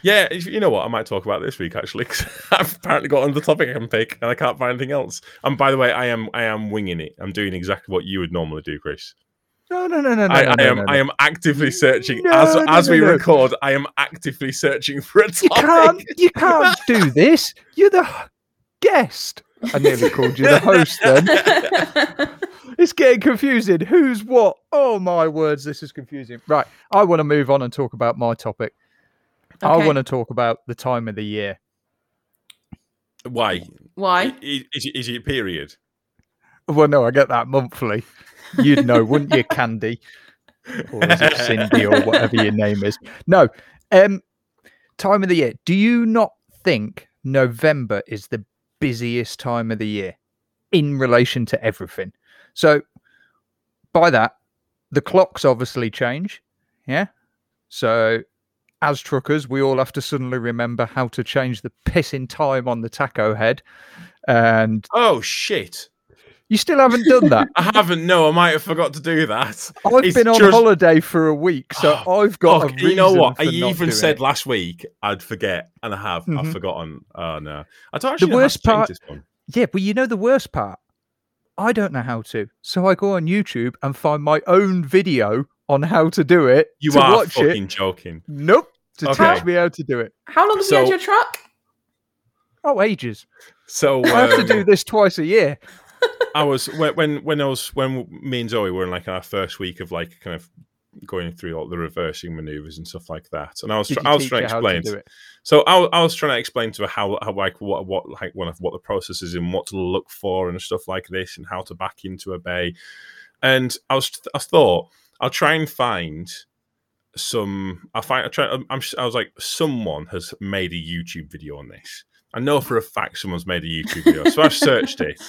Speaker 4: Yeah, if- you know what? I might talk about this week actually 'cause I've apparently got another topic I can pick, and I can't find anything else. And by the way, I am I am winging it. I'm doing exactly what you would normally do, Chris.
Speaker 1: no, no, no, no, no.
Speaker 4: I,
Speaker 1: no,
Speaker 4: I
Speaker 1: no,
Speaker 4: am
Speaker 1: no, no.
Speaker 4: I am actively searching
Speaker 1: No,
Speaker 4: as
Speaker 1: no,
Speaker 4: as
Speaker 1: no,
Speaker 4: we
Speaker 1: no.
Speaker 4: record. I am actively searching for a
Speaker 1: You can't.
Speaker 4: topic.
Speaker 1: You can't do this. You're the h- guest. I nearly called you the host. Then it's getting confusing. Who's what? Oh my words! This is confusing. Right. I want to move on and talk about my topic. I
Speaker 3: Okay.
Speaker 1: want to talk about the time of the year.
Speaker 4: Why? I-
Speaker 3: Why?
Speaker 4: i- Is, it- is it period?
Speaker 1: Well, no, I get that monthly. You'd know, wouldn't you, Candy? Or is it Cindy or whatever your name is? No. Um, time of the year. Do you not think November is the busiest time of the year in relation to everything? So, by that, the clocks obviously change. Yeah. So, as truckers, we all have to suddenly remember how to change the pissing time on the taco head. And
Speaker 4: Oh shit!
Speaker 1: you still haven't done that.
Speaker 4: I haven't. No, I might have forgot to do that.
Speaker 1: I've
Speaker 4: It's
Speaker 1: been on
Speaker 4: just- Oh,
Speaker 1: holiday for a week, so I've got
Speaker 4: Fuck,
Speaker 1: a reason.
Speaker 4: you know what?
Speaker 1: For
Speaker 4: I
Speaker 1: not
Speaker 4: even
Speaker 1: doing
Speaker 4: said
Speaker 1: it.
Speaker 4: last week I'd forget, and I have. I've
Speaker 1: Mhm.
Speaker 4: forgotten. Oh no! I don't actually. know how
Speaker 1: worst
Speaker 4: to change
Speaker 1: part-
Speaker 4: This one.
Speaker 1: yeah, but you know the worst part? I don't know how to, so I go on YouTube and find my own video on how to do it.
Speaker 4: You
Speaker 1: to
Speaker 4: are
Speaker 1: watch
Speaker 4: fucking
Speaker 1: it.
Speaker 4: joking.
Speaker 1: Nope, to
Speaker 4: Okay.
Speaker 1: teach me how to do it.
Speaker 3: How long have you had
Speaker 4: So-
Speaker 3: your truck?
Speaker 1: Oh, ages!
Speaker 4: So
Speaker 1: I have to do
Speaker 4: um,
Speaker 1: this twice a year.
Speaker 4: I was when when when I was when me and Zoe were in like our first week of like kind of going through all the reversing maneuvers and stuff like that, and I was
Speaker 1: Did
Speaker 4: try-
Speaker 1: you
Speaker 4: I was
Speaker 1: teach
Speaker 4: trying to
Speaker 1: her how
Speaker 4: explain.
Speaker 1: do it?
Speaker 4: So I, wa- I was trying to explain to her how, how like what what like one of what the process is and what to look for and stuff like this and how to back into a bay, and I was I thought I'll try and find some I find I try I'm, I'm I was like someone has made a YouTube video on this. I know for a fact someone's made a YouTube video, so I've searched it.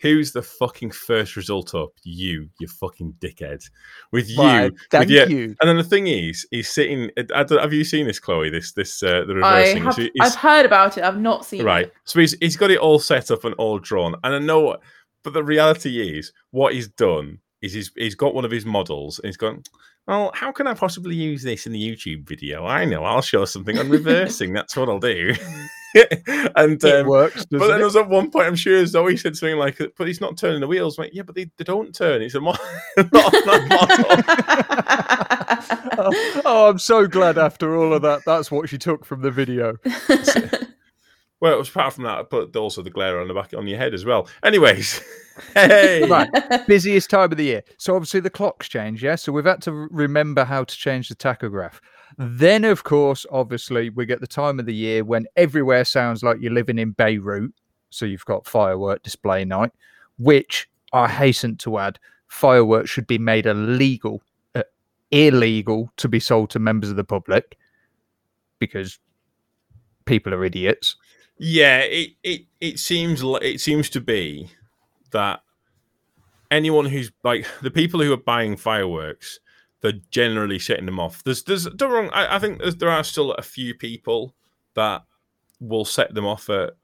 Speaker 4: Who's the fucking first result up? You, you fucking dickhead. With you,
Speaker 1: Right, thank
Speaker 4: your-
Speaker 1: you.
Speaker 4: and then the thing is, he's sitting. I don't, have you seen this, Chloe? This, this, uh, the
Speaker 3: I
Speaker 4: reversing.
Speaker 3: have,
Speaker 4: So he's-
Speaker 3: I've heard about it. I've not seen
Speaker 4: right.
Speaker 3: it.
Speaker 4: So he's he's got it all set up and all drawn. And I know what, but the reality is, what he's done is he's he's got one of his models and he's gone. Well, how can I possibly use this in the YouTube video? I know. I'll show something on reversing. That's what I'll do.
Speaker 1: it
Speaker 4: and um,
Speaker 1: works, doesn't
Speaker 4: but then there
Speaker 1: it?
Speaker 4: was at one point, I'm sure Zoe said something like, "But he's not turning the wheels." I'm like, yeah, but they, they don't turn. It's a mo- not, not model.
Speaker 1: Oh, oh, I'm so glad after all of that. That's what she took from the video.
Speaker 4: Well, it was apart from that, but also the glare on the back on your head as well. Anyways, hey,
Speaker 1: Right. busiest time of the year. So obviously the clocks change, yeah. So we've had to r- remember how to change the tachograph. Then, of course, obviously we get the time of the year when everywhere sounds like you're living in Beirut. So you've got firework display night, which I hasten to add, fireworks should be made illegal, uh, illegal to be sold to members of the public because people are idiots.
Speaker 4: yeah, it, it it seems li- it seems to be that anyone who's like the people who are buying fireworks, they're generally setting them off. There's there's don't get me wrong, I, I think there's, there are still a few people that will set them off at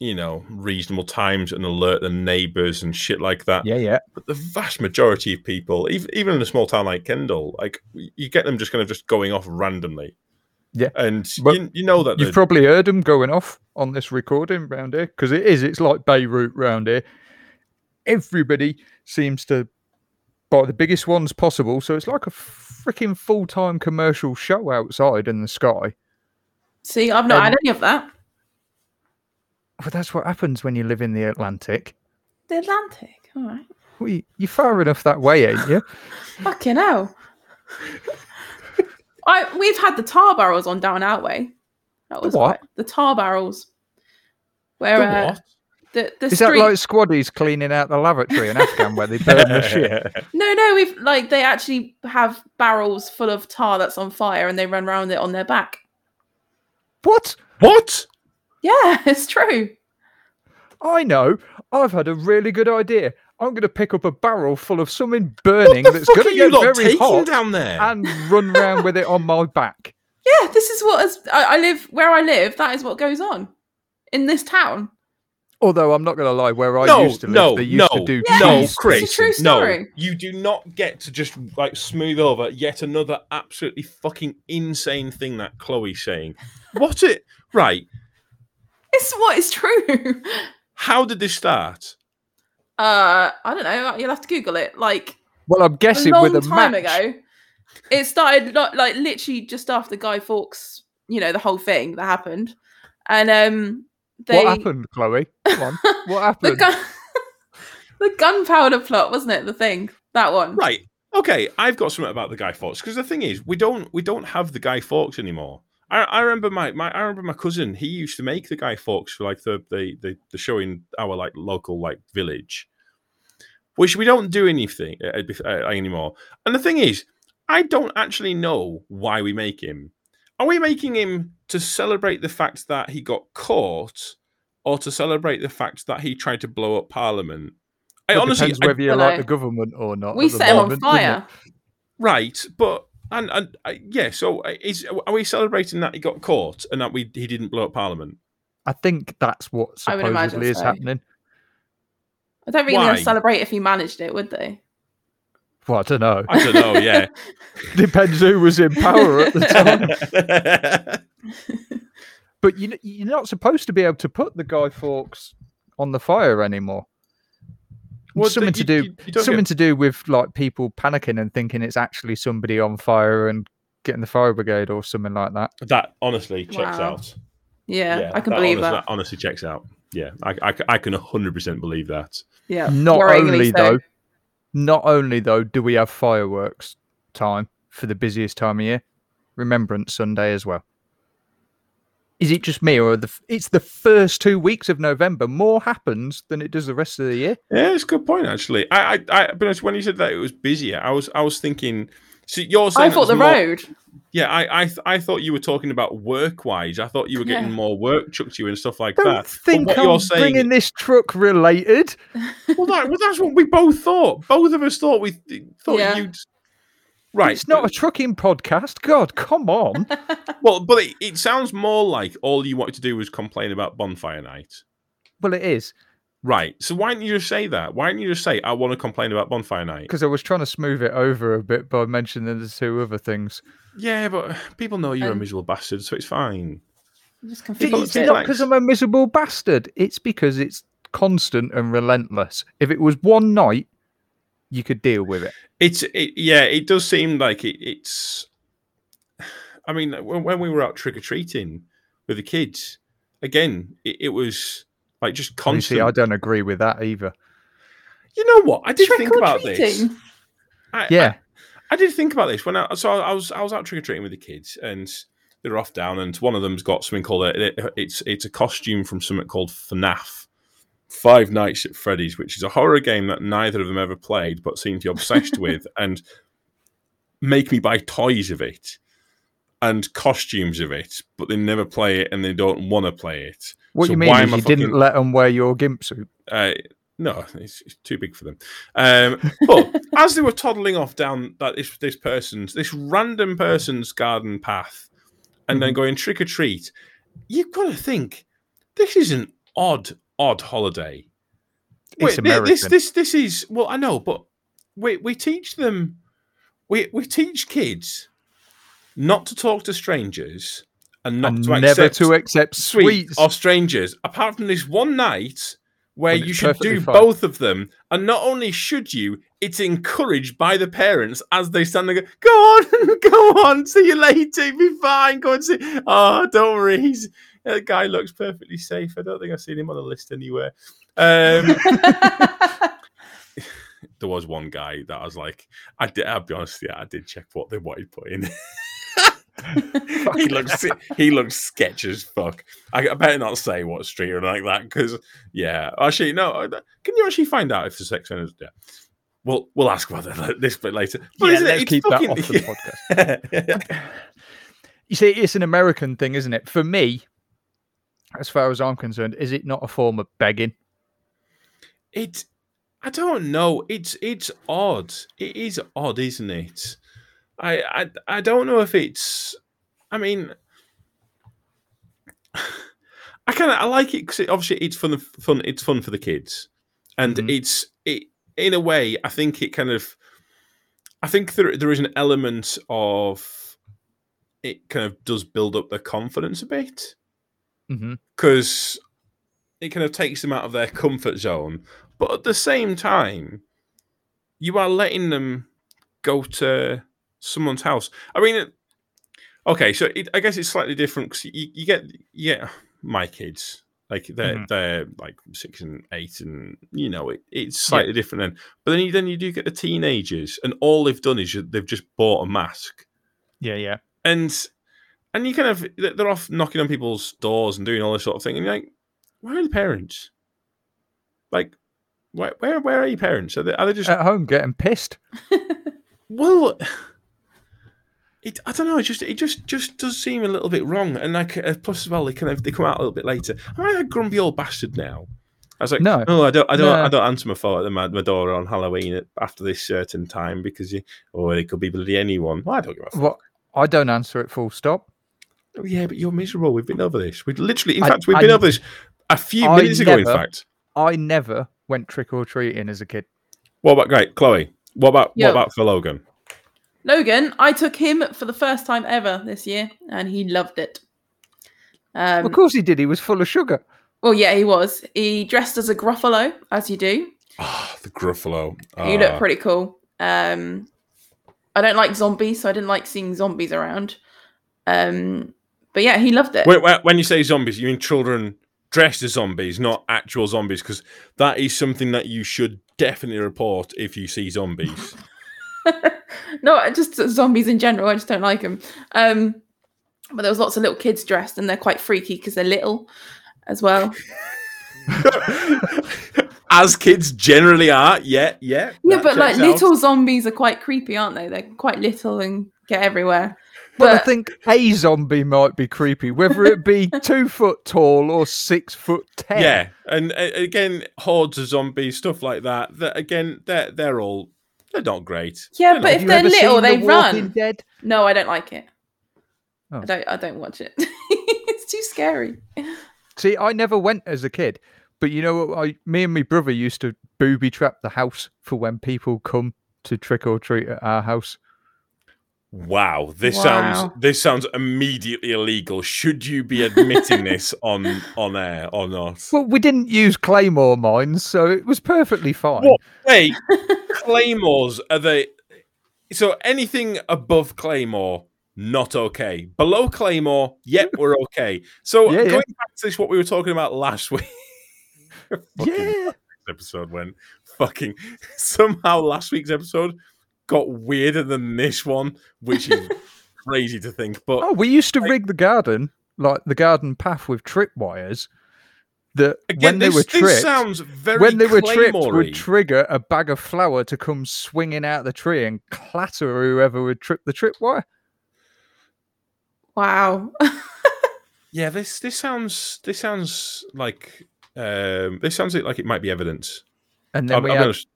Speaker 4: you know reasonable times and alert their neighbors and shit like that.
Speaker 1: Yeah, yeah.
Speaker 4: but the vast majority of people, even even in a small town like Kendall, like you get them just kind of just going off randomly.
Speaker 1: Yeah.
Speaker 4: and
Speaker 1: But
Speaker 4: you, you know that
Speaker 1: You've
Speaker 4: they're-
Speaker 1: probably heard them going off on this recording round here because it is. It's like Beirut round here. Everybody seems to buy the biggest ones possible, so it's like a freaking full time commercial show outside in the sky.
Speaker 3: See, I've not
Speaker 1: Um,
Speaker 3: had any of that.
Speaker 1: But that's what happens when you live in the Atlantic.
Speaker 3: The Atlantic. All right.
Speaker 1: Well, you- you're far enough that way, ain't you?
Speaker 3: Fucking hell. I we've had the tar barrels on down our way. That was
Speaker 1: what?
Speaker 3: quite- the tar barrels. Where
Speaker 4: they're
Speaker 3: uh,
Speaker 4: what?
Speaker 3: the the
Speaker 1: Is that
Speaker 3: street?
Speaker 1: like squaddies cleaning out the lavatory in Afghan where they burn the shit?
Speaker 3: No, no, we've like they actually have barrels full of tar that's on fire and they run round it on their back.
Speaker 1: What?
Speaker 4: What?
Speaker 3: Yeah, it's true.
Speaker 1: I know. I've had a really good idea. I'm going to pick up a barrel full of something burning
Speaker 4: What the
Speaker 1: that's
Speaker 4: fuck
Speaker 1: going
Speaker 4: are
Speaker 1: to
Speaker 4: you
Speaker 1: get
Speaker 4: lot
Speaker 1: very
Speaker 4: taking
Speaker 1: hot
Speaker 4: down there?
Speaker 1: and run round with it on my back.
Speaker 3: Yeah, this is what is, I, I live where I live. That is what goes on in this town.
Speaker 1: Although I'm not going to lie, where I
Speaker 4: no,
Speaker 1: used to live,
Speaker 4: no,
Speaker 1: they used
Speaker 4: no,
Speaker 1: to do
Speaker 3: Yeah,
Speaker 4: no,
Speaker 1: cheese.
Speaker 3: it's a
Speaker 4: Chris,
Speaker 3: true
Speaker 4: no.
Speaker 3: story.
Speaker 4: You do not get to just like smooth over yet another absolutely fucking insane thing that Chloe's saying. What it? Right?
Speaker 3: It's what is true.
Speaker 4: How did this start?
Speaker 3: Uh, I don't know. You'll have to Google it. Like
Speaker 1: Well, I'm
Speaker 3: a
Speaker 1: guessing
Speaker 3: long
Speaker 1: with a
Speaker 3: time
Speaker 1: match.
Speaker 3: ago, it started lo- like literally just after Guy Fawkes. You know the whole thing that happened, and um, they
Speaker 1: What happened, Chloe? Come on. What
Speaker 3: the
Speaker 1: happened?
Speaker 3: gun, the gunpowder plot wasn't it? The thing that one.
Speaker 4: Right. Okay, I've got something about the Guy Fawkes because the thing is, we don't we don't have the Guy Fawkes anymore. I, I remember my, my I remember my cousin. He used to make the Guy Fawkes for like the the the, the show in our like local like village, which we don't do anything uh, uh, anymore. And the thing is, I don't actually know why we make him. Are we making him to celebrate the fact that he got caught, or to celebrate the fact that he tried to blow up Parliament? I
Speaker 1: Well,
Speaker 4: honestly,
Speaker 1: depends
Speaker 4: I
Speaker 1: whether you
Speaker 3: Well,
Speaker 1: like
Speaker 3: I-
Speaker 1: the government or not.
Speaker 3: We
Speaker 1: at the
Speaker 3: set him on
Speaker 1: moment, doesn't it?
Speaker 3: fire.
Speaker 4: Right, but and and uh, yeah, so uh, is are we celebrating that he got caught and that we he didn't blow up Parliament?
Speaker 1: I think that's what
Speaker 3: I would imagine
Speaker 1: supposedly is
Speaker 3: so.
Speaker 1: happening.
Speaker 3: I don't think they'd
Speaker 4: Why?
Speaker 3: celebrate if he managed it, would they?
Speaker 1: Well, I don't know.
Speaker 4: I don't know. Yeah, um,
Speaker 1: Depends who was in power at the time. But you, you're not supposed to be able to put the Guy Fawkes on the fire anymore.
Speaker 4: Well,
Speaker 1: something
Speaker 4: you-
Speaker 1: to do,
Speaker 4: you- you don't
Speaker 1: something
Speaker 4: get-
Speaker 1: to do with like people panicking and thinking it's actually somebody on fire and getting the fire brigade or something like that.
Speaker 4: that honestly checks
Speaker 3: Wow.
Speaker 4: out.
Speaker 3: Yeah, I can
Speaker 4: that
Speaker 3: believe
Speaker 4: honest-
Speaker 3: that.
Speaker 4: honestly checks out. Yeah, I I, I can hundred percent believe that.
Speaker 3: Yeah,
Speaker 1: Not
Speaker 3: worryingly
Speaker 1: only
Speaker 3: so.
Speaker 1: though, not only though, do we have fireworks time for the busiest time of year, Remembrance Sunday as well. Is it just me, or are the? f- It's the first two weeks of November. More happens than it does the rest of the year.
Speaker 4: Yeah, it's a good point actually. I I, I but it's when you said that it was busier, I was I was thinking. So you're saying
Speaker 3: I
Speaker 4: it
Speaker 3: thought
Speaker 4: was
Speaker 3: the
Speaker 4: more-
Speaker 3: road.
Speaker 4: Yeah, I I, th- I thought you were talking about work wise. I thought you were getting
Speaker 3: Yeah.
Speaker 4: more work chucked to you and stuff like
Speaker 1: Don't
Speaker 4: that. But
Speaker 1: think
Speaker 4: what
Speaker 1: I'm
Speaker 4: you're saying
Speaker 1: bringing this truck related.
Speaker 4: Well, that, well, that's what we both thought. Both of us thought we th- thought
Speaker 3: Yeah.
Speaker 4: you'd. Right.
Speaker 1: It's not a trucking podcast. God, come on.
Speaker 4: but- Well, but it, it sounds more like all you wanted to do was complain about bonfire night.
Speaker 1: well, it is
Speaker 4: Right. So why didn't you just say that? Why didn't you just say I want to complain about bonfire night?
Speaker 1: because I was trying to smooth it over a bit by mentioning the two other things.
Speaker 4: Yeah, but people know you're a
Speaker 3: Um,
Speaker 4: miserable bastard, so it's fine.
Speaker 3: I'm just
Speaker 4: Well,
Speaker 1: It's
Speaker 3: confused.
Speaker 4: it's
Speaker 3: it.
Speaker 1: not
Speaker 4: like-
Speaker 1: because I'm a miserable bastard. It's because it's constant and relentless. If it was one night, you could deal with it.
Speaker 4: It's it, yeah. It does seem like it, it's. I mean, when, when we were out trick or treating with the kids, again, it, it was like just
Speaker 1: Obviously,
Speaker 4: constant.
Speaker 1: I don't agree with that either.
Speaker 4: You know what? I did
Speaker 3: Trick
Speaker 4: think
Speaker 3: or
Speaker 4: about this.
Speaker 3: treating.
Speaker 4: Eh, I-
Speaker 1: Yeah,
Speaker 4: I did think about this when I so I was I was out trick or treating with the kids and they were off down and one of them's got something called a, it- it's it's a costume from something called FNAF, Five Nights at Freddy's, which is a horror game that neither of them ever played but seem to be obsessed with and make me buy toys of it and costumes of it, but they never play it and they don't want to play it.
Speaker 1: what
Speaker 4: So
Speaker 1: you mean
Speaker 4: why
Speaker 1: is
Speaker 4: am I
Speaker 1: you didn't
Speaker 4: fucking-
Speaker 1: let them wear your gimp suit?
Speaker 4: Uh, no, it's, it's too big for them. Um, but as they were toddling off down that this this person's this random person's garden path, and
Speaker 1: Mm-hmm.
Speaker 4: then going trick or treat, you've got to think this is an odd odd holiday.
Speaker 1: It's
Speaker 4: Wait, thi- this
Speaker 1: American.
Speaker 4: this this is well, I know, but we we teach them, we we teach kids not to talk to strangers and not
Speaker 1: And
Speaker 4: to
Speaker 1: never
Speaker 4: accept
Speaker 1: to accept
Speaker 4: sweets
Speaker 1: sweets.
Speaker 4: or strangers, apart from this one night where
Speaker 1: When
Speaker 4: you
Speaker 1: it's
Speaker 4: should
Speaker 1: perfectly
Speaker 4: do
Speaker 1: fine.
Speaker 4: both of them. And not only should you, it's encouraged by the parents as they stand there. Go, go on, go on, see you later, be fine. Go and see. Oh, don't worry, he's that guy looks perfectly safe. I don't think I've seen him on the list anywhere. Um, there was one guy that I was like, I did. I'll be honest, yeah, I did check what they wanted put in. he looks he looks sketch as fuck. I, I better not say what street or anything like that because yeah, actually no. I- Can you actually find out if the sex offenders? Yeah, we'll we'll ask about that li- this bit later. But
Speaker 1: yeah,
Speaker 4: isn't it-
Speaker 1: let's
Speaker 4: it's
Speaker 1: keep
Speaker 4: fucking-
Speaker 1: that off the podcast.
Speaker 4: yeah.
Speaker 1: You see, it's an American thing, isn't it? For me, as far as I'm concerned, is it not a form of begging?
Speaker 4: It, I don't know. It's it's odd. It is odd, isn't it? I I I don't know if it's. I mean, I kind of I like it because it, obviously it's fun fun it's fun for the kids, and
Speaker 1: Mhm.
Speaker 4: it's it in a way I think it kind of. I think there there is an element of it kind of does build up their confidence a bit
Speaker 1: hmm
Speaker 4: because it kind of takes them out of their comfort zone. But at the same time, you are letting them go to someone's house. I mean, it- okay, so it, I guess it's slightly different because you, you get yeah, my kids like they're
Speaker 1: Mhm.
Speaker 4: they're like six and eight and you know it, it's slightly different then. But then you then you do get the teenagers and all they've done is ju- they've just bought a mask
Speaker 1: Yeah, yeah.
Speaker 4: and and you kind of they- they're off knocking on people's doors and doing all this sort of thing, and you're like, where are the parents? Like, where where, where are your parents? Are they are they just
Speaker 1: At home, getting pissed.
Speaker 4: well? It, I don't know. It just it just just does seem a little bit wrong, and like uh, plus as well, they kind of they come out a little bit later. Am I a grumpy old bastard now? I was like,
Speaker 1: No.
Speaker 4: no, I don't, I don't, I
Speaker 1: No.
Speaker 4: don't answer my phone at my, my door on Halloween at, after this certain time because you, or it could be bloody anyone. Well, I don't give a fuck.
Speaker 1: What? I don't answer it. Full stop.
Speaker 4: Oh, yeah, but you're miserable. We've been over this. We literally, in
Speaker 1: I-
Speaker 4: fact, we've
Speaker 1: I-
Speaker 4: been over this a few
Speaker 1: I
Speaker 4: minutes ago. In
Speaker 1: never-
Speaker 4: fact,
Speaker 1: I never went trick or treating as a kid.
Speaker 4: what about great Chloe? What about
Speaker 3: Yo.
Speaker 4: what about Phil Logan?
Speaker 3: Logan, I took him for the first time ever this year, and he loved it. Um,
Speaker 1: of course he did. He was full of sugar.
Speaker 3: Well, yeah, he was. He dressed as a Gruffalo, as you do.
Speaker 4: Ah, the Gruffalo.
Speaker 3: You
Speaker 4: Ah.
Speaker 3: look pretty cool. Um, I don't like zombies, so I didn't like seeing zombies around. Um, but yeah, he loved it.
Speaker 4: Wait, wait, when you say zombies, you mean children dressed as zombies, not actual zombies, because that is something that you should definitely report if you see zombies.
Speaker 3: no, I just zombies in general. I just don't like them. Um, but there was lots of little kids dressed, and they're quite freaky because they're little as well.
Speaker 4: as kids generally are. Yeah, yeah.
Speaker 3: Yeah,
Speaker 4: that
Speaker 3: but like
Speaker 4: checks out.
Speaker 3: little zombies are quite creepy, aren't they? They're quite little and get everywhere.
Speaker 1: But I
Speaker 3: But-
Speaker 1: think a zombie might be creepy, whether it be two foot tall or six foot ten.
Speaker 4: Yeah, and uh, again, hordes of zombies, stuff like that. That again, they're they're all they're not great.
Speaker 3: Yeah,
Speaker 4: They're
Speaker 3: but
Speaker 4: not
Speaker 3: if
Speaker 1: Have you
Speaker 3: they're
Speaker 1: ever seen
Speaker 3: little,
Speaker 1: The
Speaker 3: they
Speaker 1: Walking
Speaker 3: run.
Speaker 1: Dead?
Speaker 3: No, I don't like it.
Speaker 1: Oh.
Speaker 3: I don't. I don't watch it. it's too scary.
Speaker 1: See, I never went as a kid, but you know what? I, me and my brother used to booby trap the house for when people come to trick or treat at our house.
Speaker 4: Wow, this
Speaker 3: Wow.
Speaker 4: sounds this sounds immediately illegal. Should you be admitting this on on air or not?
Speaker 1: Well, we didn't use claymore mines, so it was perfectly fine.
Speaker 4: What? Wait, claymores are they? So anything above claymore, not okay. Below claymore, yep, we're okay. So
Speaker 1: Yeah, yeah.
Speaker 4: going back to this, what we were talking about last week. Fucking
Speaker 1: Yeah.
Speaker 4: episode went fucking somehow last week's episode got weirder than this one, which is crazy to think. But
Speaker 1: Oh, we used to rig the garden, like the garden path, with trip wires. That
Speaker 4: again,
Speaker 1: when they
Speaker 4: this,
Speaker 1: were
Speaker 4: this
Speaker 1: tripped,
Speaker 4: sounds very
Speaker 1: when they were tripped,
Speaker 4: Claymore-y.
Speaker 1: would trigger a bag of flour to come swinging out the tree and clatter whoever would trip the trip wire.
Speaker 3: Wow.
Speaker 4: yeah, this this sounds this sounds like um this sounds like it might be evidence.
Speaker 1: And then
Speaker 4: I'll-
Speaker 1: we
Speaker 4: I'll be
Speaker 1: had
Speaker 4: honest.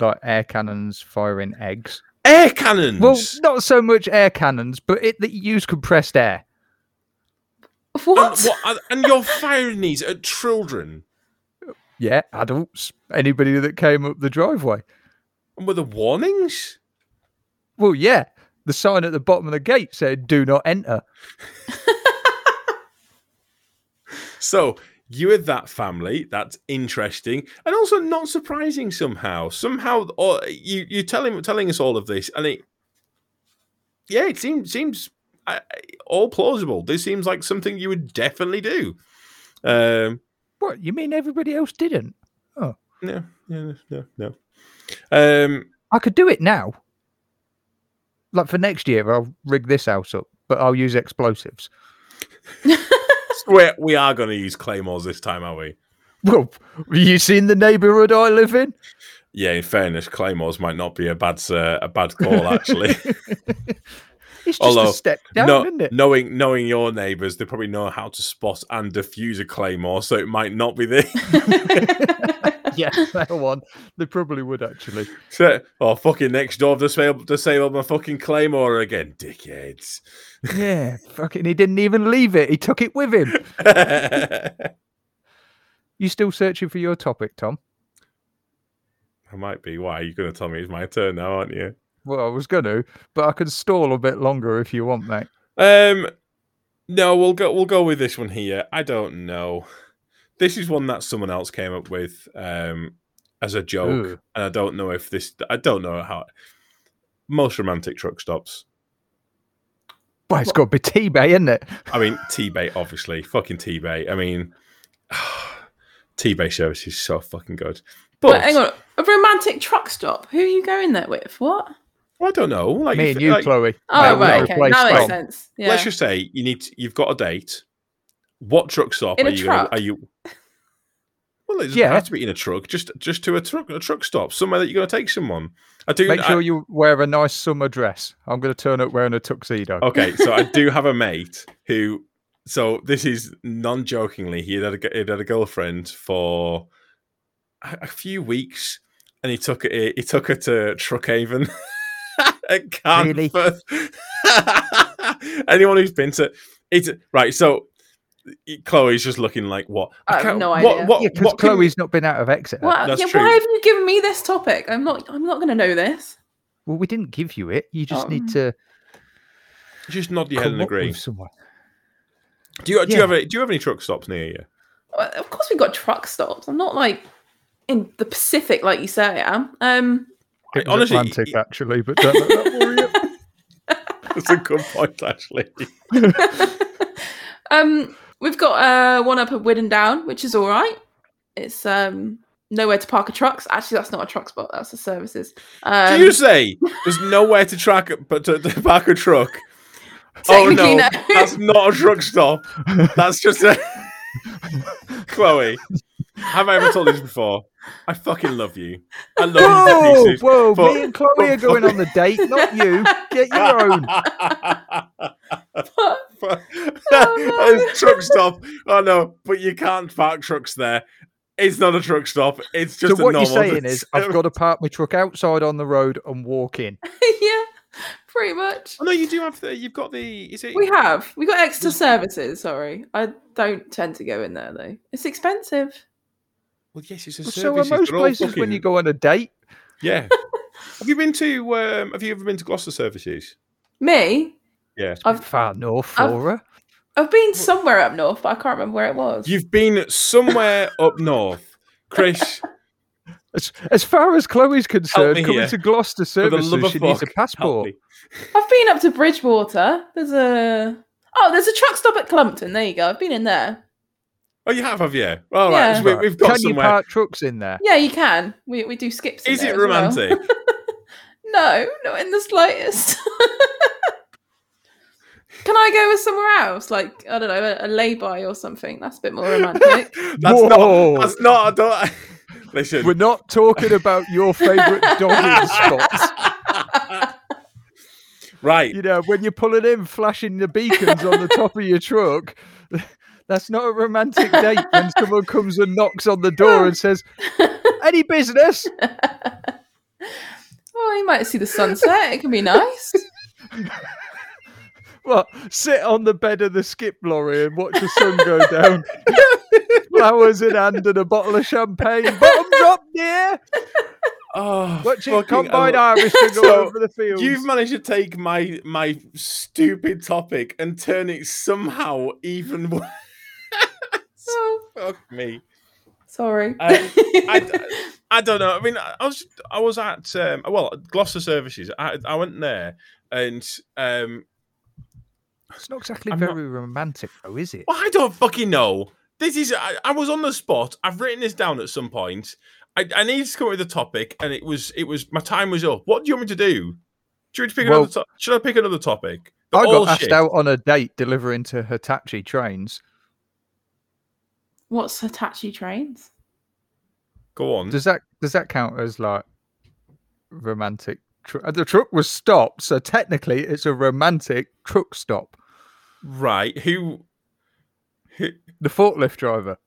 Speaker 1: like air cannons firing eggs.
Speaker 4: air cannons.
Speaker 1: Well, not so much air cannons, but it that use compressed air.
Speaker 3: what?
Speaker 4: And,
Speaker 1: Um,
Speaker 4: what- and you're firing these at children
Speaker 1: Yeah, adults, anybody that came up the driveway.
Speaker 4: and with the warnings?
Speaker 1: Well, yeah, the sign at the bottom of the gate said "Do not enter."
Speaker 4: So you are that family. That's interesting, and also not surprising somehow. Somehow, or you you telling telling us all of this, and it, yeah, it seems seems uh, all plausible. This seems like something you would definitely do. Um,
Speaker 1: What you mean? Everybody else didn't?
Speaker 4: no, no, no, no. Um,
Speaker 1: I could do it now. Like for next year, I'll rig this house up, but I'll use explosives.
Speaker 4: we we are going to use claymores this time, are we?
Speaker 1: Well, have you seen the neighbourhood I live in?
Speaker 4: Yeah, in fairness, claymores might not be a bad uh, a bad call actually.
Speaker 1: It's just
Speaker 4: Although,
Speaker 1: a step down,
Speaker 4: No-
Speaker 1: isn't it?
Speaker 4: Knowing knowing your neighbours, they probably know how to spot and defuse a claymore, so it might not be this.
Speaker 1: Yeah, that one. They probably would actually.
Speaker 4: So- oh fucking next door, I've disabled, disabled my fucking claymore again, dickheads.
Speaker 1: Yeah, fucking. He didn't even leave it. He took it with him.
Speaker 4: I
Speaker 1: You still searching for your topic, Tom?
Speaker 4: might be. Why are you going to tell me it's my turn now, aren't you?
Speaker 1: Well, I was going to, but I can stall a bit longer if you want, mate.
Speaker 4: Um, no, we'll go. We'll go with this one here. I don't know. This is one that someone else came up with um, as a joke,
Speaker 1: Ooh.
Speaker 4: and I don't know if this. I don't know how. Most romantic truck stops.
Speaker 1: Well, it's got to be T-Bay, isn't it?
Speaker 4: I mean, T-Bay, obviously, fucking T-Bay. I mean, T-Bay service is so fucking good. But,
Speaker 3: But hang on, a romantic truck stop. Who are you going there with? What?
Speaker 4: I don't know. Like,
Speaker 1: Me
Speaker 4: if-
Speaker 1: and you,
Speaker 4: like,
Speaker 1: Chloe.
Speaker 3: Oh
Speaker 1: Mate,
Speaker 3: right,
Speaker 1: no
Speaker 3: okay,
Speaker 1: place
Speaker 3: that makes
Speaker 1: from.
Speaker 3: sense. Yeah.
Speaker 4: Let's just say you need. To, you've got a date. What truck stop
Speaker 3: In
Speaker 4: are
Speaker 3: a
Speaker 4: you?
Speaker 3: truck?
Speaker 4: Gonna, are you? Well, it doesn't
Speaker 1: Yeah.
Speaker 4: have to be in a truck. Just just to a truck a truck stop somewhere that you're going to take someone. I do.
Speaker 1: Make
Speaker 4: I-
Speaker 1: sure you wear a nice summer dress. I'm going to turn up wearing a tuxedo.
Speaker 4: okay, so I do have a mate who. So this is non-jokingly. He had a, g- he'd had a girlfriend for a, a few weeks, and he took her. He took her to Truckhaven. at
Speaker 1: Really?
Speaker 4: Carnforth. Anyone who's been to it's right. So y- Chloe's just looking like what?
Speaker 3: I have
Speaker 4: can't-
Speaker 3: no
Speaker 4: what,
Speaker 3: idea.
Speaker 4: What,
Speaker 1: Yeah, because
Speaker 4: what can-
Speaker 1: Chloe's not been out of exit.
Speaker 3: Well,
Speaker 4: That's
Speaker 3: yeah,
Speaker 4: true.
Speaker 3: why have you given me this topic? I'm not. I'm not going to know this.
Speaker 1: Well, we didn't give you it. You just
Speaker 3: Um,
Speaker 1: need to
Speaker 4: just nod your head
Speaker 1: come
Speaker 4: and
Speaker 1: up
Speaker 4: agree.
Speaker 1: with someone.
Speaker 4: Do you do you
Speaker 1: Yeah.
Speaker 4: have a, do you have any truck stops near you?
Speaker 3: Uh, Of course, we've got truck stops. I'm not like in the Pacific, like you say I am. Um,
Speaker 1: It was
Speaker 4: honestly,
Speaker 1: Atlantic,
Speaker 4: it-
Speaker 1: actually, but don't let that worry you.
Speaker 4: That's a good point, actually.
Speaker 3: um, we've got uh, one up at Widden Down, which is all right. It's um nowhere to park a trucks. Actually, that's not a truck spot. That's the services. Um,
Speaker 4: do you say there's nowhere to track it but to, to park a truck? Oh
Speaker 3: Technically,
Speaker 4: no,
Speaker 3: no.
Speaker 4: that's not a truck stop. That's just a Chloe. Have I ever told you this before? I fucking love you. I love you to
Speaker 1: Whoa,
Speaker 4: pieces.
Speaker 1: whoa,
Speaker 4: but-
Speaker 1: me and Chloe are going on the date, not you. Get your own.
Speaker 4: It's truck stop. Oh no, but you can't park trucks there. It's not a truck stop. It's just
Speaker 1: so what
Speaker 4: a
Speaker 1: you're
Speaker 4: normal.
Speaker 1: saying is I've got to park my truck outside on the road and walk in.
Speaker 3: yeah, pretty much.
Speaker 4: Oh, no, you do have the. You've got the. Is it?
Speaker 3: We have. We got extra services. Sorry, I don't tend to go in there though. It's expensive.
Speaker 4: Well, yes, it's a
Speaker 1: Well,
Speaker 4: service.
Speaker 1: so are most places when you go on a date.
Speaker 4: Yeah. have you been to? Um, have you ever been to Gloucester services?
Speaker 3: Me,
Speaker 4: Yeah.
Speaker 1: I've,
Speaker 3: I've-
Speaker 1: far north
Speaker 3: I've-
Speaker 1: for her.
Speaker 3: I've been somewhere up north, but I can't remember where it was.
Speaker 4: You've been somewhere up north, Chris.
Speaker 1: As, as far as Chloe's concerned,
Speaker 4: me
Speaker 1: coming
Speaker 4: here.
Speaker 1: to Gloucester
Speaker 4: For the
Speaker 1: services,
Speaker 4: love of
Speaker 1: she needs a
Speaker 4: fuck, help
Speaker 1: passport.
Speaker 4: me.
Speaker 3: I've been up to Bridgewater. There's a oh, there's a truck stop at Clumpton. There you go. I've been in there.
Speaker 4: Oh, you have, have you? All right,
Speaker 3: Yeah.
Speaker 4: so we,
Speaker 1: Right.
Speaker 4: we've got
Speaker 1: Can
Speaker 4: somewhere.
Speaker 1: you park trucks in there?
Speaker 3: Yeah, you can. We we do skips. in
Speaker 4: Is
Speaker 3: there
Speaker 4: it
Speaker 3: as well.
Speaker 4: romantic?
Speaker 3: No, not in the slightest. Can I go with somewhere else? Like I don't know, a, a lay-by or something. That's a bit more romantic.
Speaker 4: That's
Speaker 1: Whoa.
Speaker 4: not. That's not. I don't. Listen.
Speaker 1: We're not talking about your favourite dogging spots.
Speaker 4: right.
Speaker 1: You know, when you're pulling in, flashing the beacons on the top of your truck. That's not a romantic date when someone comes and knocks on the door and says, "Any business?"
Speaker 3: oh, you might see the sunset. It can be nice.
Speaker 1: What? Sit on the bed of the skip lorry and watch the sun go down. Flowers in hand and a bottle of champagne. Bottoms up, dear.
Speaker 4: Oh,
Speaker 1: Watch it
Speaker 4: fucking
Speaker 1: combine
Speaker 4: hell.
Speaker 1: harvesting all
Speaker 4: So,
Speaker 1: over the fields.
Speaker 4: You've managed to take my my stupid topic and turn it somehow even worse.
Speaker 3: Oh,
Speaker 4: Fuck me.
Speaker 3: sorry.
Speaker 4: I- Um, I- I don't know. I mean, I I was I was at um, well Gloucester Services. I I went there and um,
Speaker 1: it's not exactly
Speaker 4: I'm not-
Speaker 1: very romantic, though, is it?
Speaker 4: well, I don't fucking know. This is I, I was on the spot. I've written this down at some point. I, I needed to come up with a topic, and it was it was my time was up. What do you want me to do? Should we pick
Speaker 1: Well-
Speaker 4: another? To- should I pick another topic?
Speaker 1: I got
Speaker 4: All
Speaker 1: asked
Speaker 4: Oh, shit.
Speaker 1: out on a date delivering to Hitachi trains.
Speaker 3: What's Hitachi trains?
Speaker 4: Go on. Hmm.
Speaker 1: Does that does that count as like romantic tr- uh, the truck was stopped, so technically it's a romantic truck stop.
Speaker 4: Right. Who?
Speaker 1: The forklift driver,